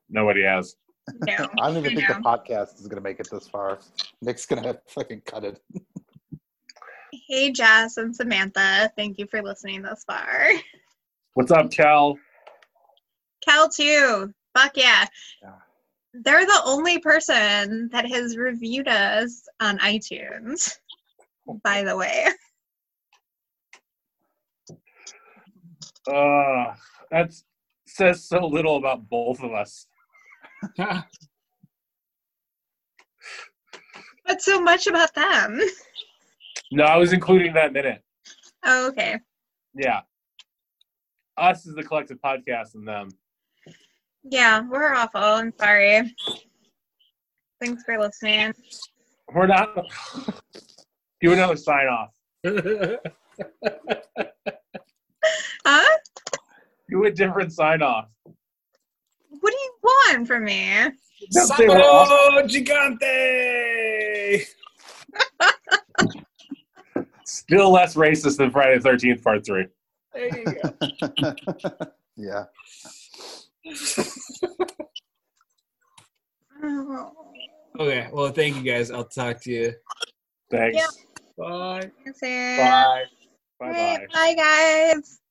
Speaker 2: Nobody has.
Speaker 3: No.
Speaker 4: I don't even
Speaker 3: I
Speaker 4: think
Speaker 3: know.
Speaker 4: the podcast is going to make it this far. Nick's going to fucking cut it.
Speaker 3: hey, Jess and Samantha. Thank you for listening thus far.
Speaker 2: What's up, Cal?
Speaker 3: Cal too. Fuck yeah.
Speaker 4: Yeah.
Speaker 3: They're the only person that has reviewed us on iTunes, by the way.
Speaker 2: Uh, that says so little about both of us.
Speaker 3: But so much about them.
Speaker 2: No, I was including that in it.
Speaker 3: Oh, okay.
Speaker 2: Yeah. Us is the collective podcast and them.
Speaker 3: Yeah, we're awful. I'm sorry. Thanks for listening.
Speaker 2: We're not. Do another sign off.
Speaker 3: Huh?
Speaker 2: Do a different sign off.
Speaker 3: What do you want from me?
Speaker 1: Sabato Gigante!
Speaker 2: Still less racist than Friday the 13th, part three.
Speaker 1: There you go.
Speaker 4: yeah.
Speaker 3: Oh,
Speaker 1: Okay, well, thank you guys. I'll talk to you.
Speaker 2: Thanks.
Speaker 3: Yeah.
Speaker 1: Bye.
Speaker 3: that's it.
Speaker 2: Bye. Bye
Speaker 3: All right,
Speaker 2: bye.
Speaker 3: bye, guys.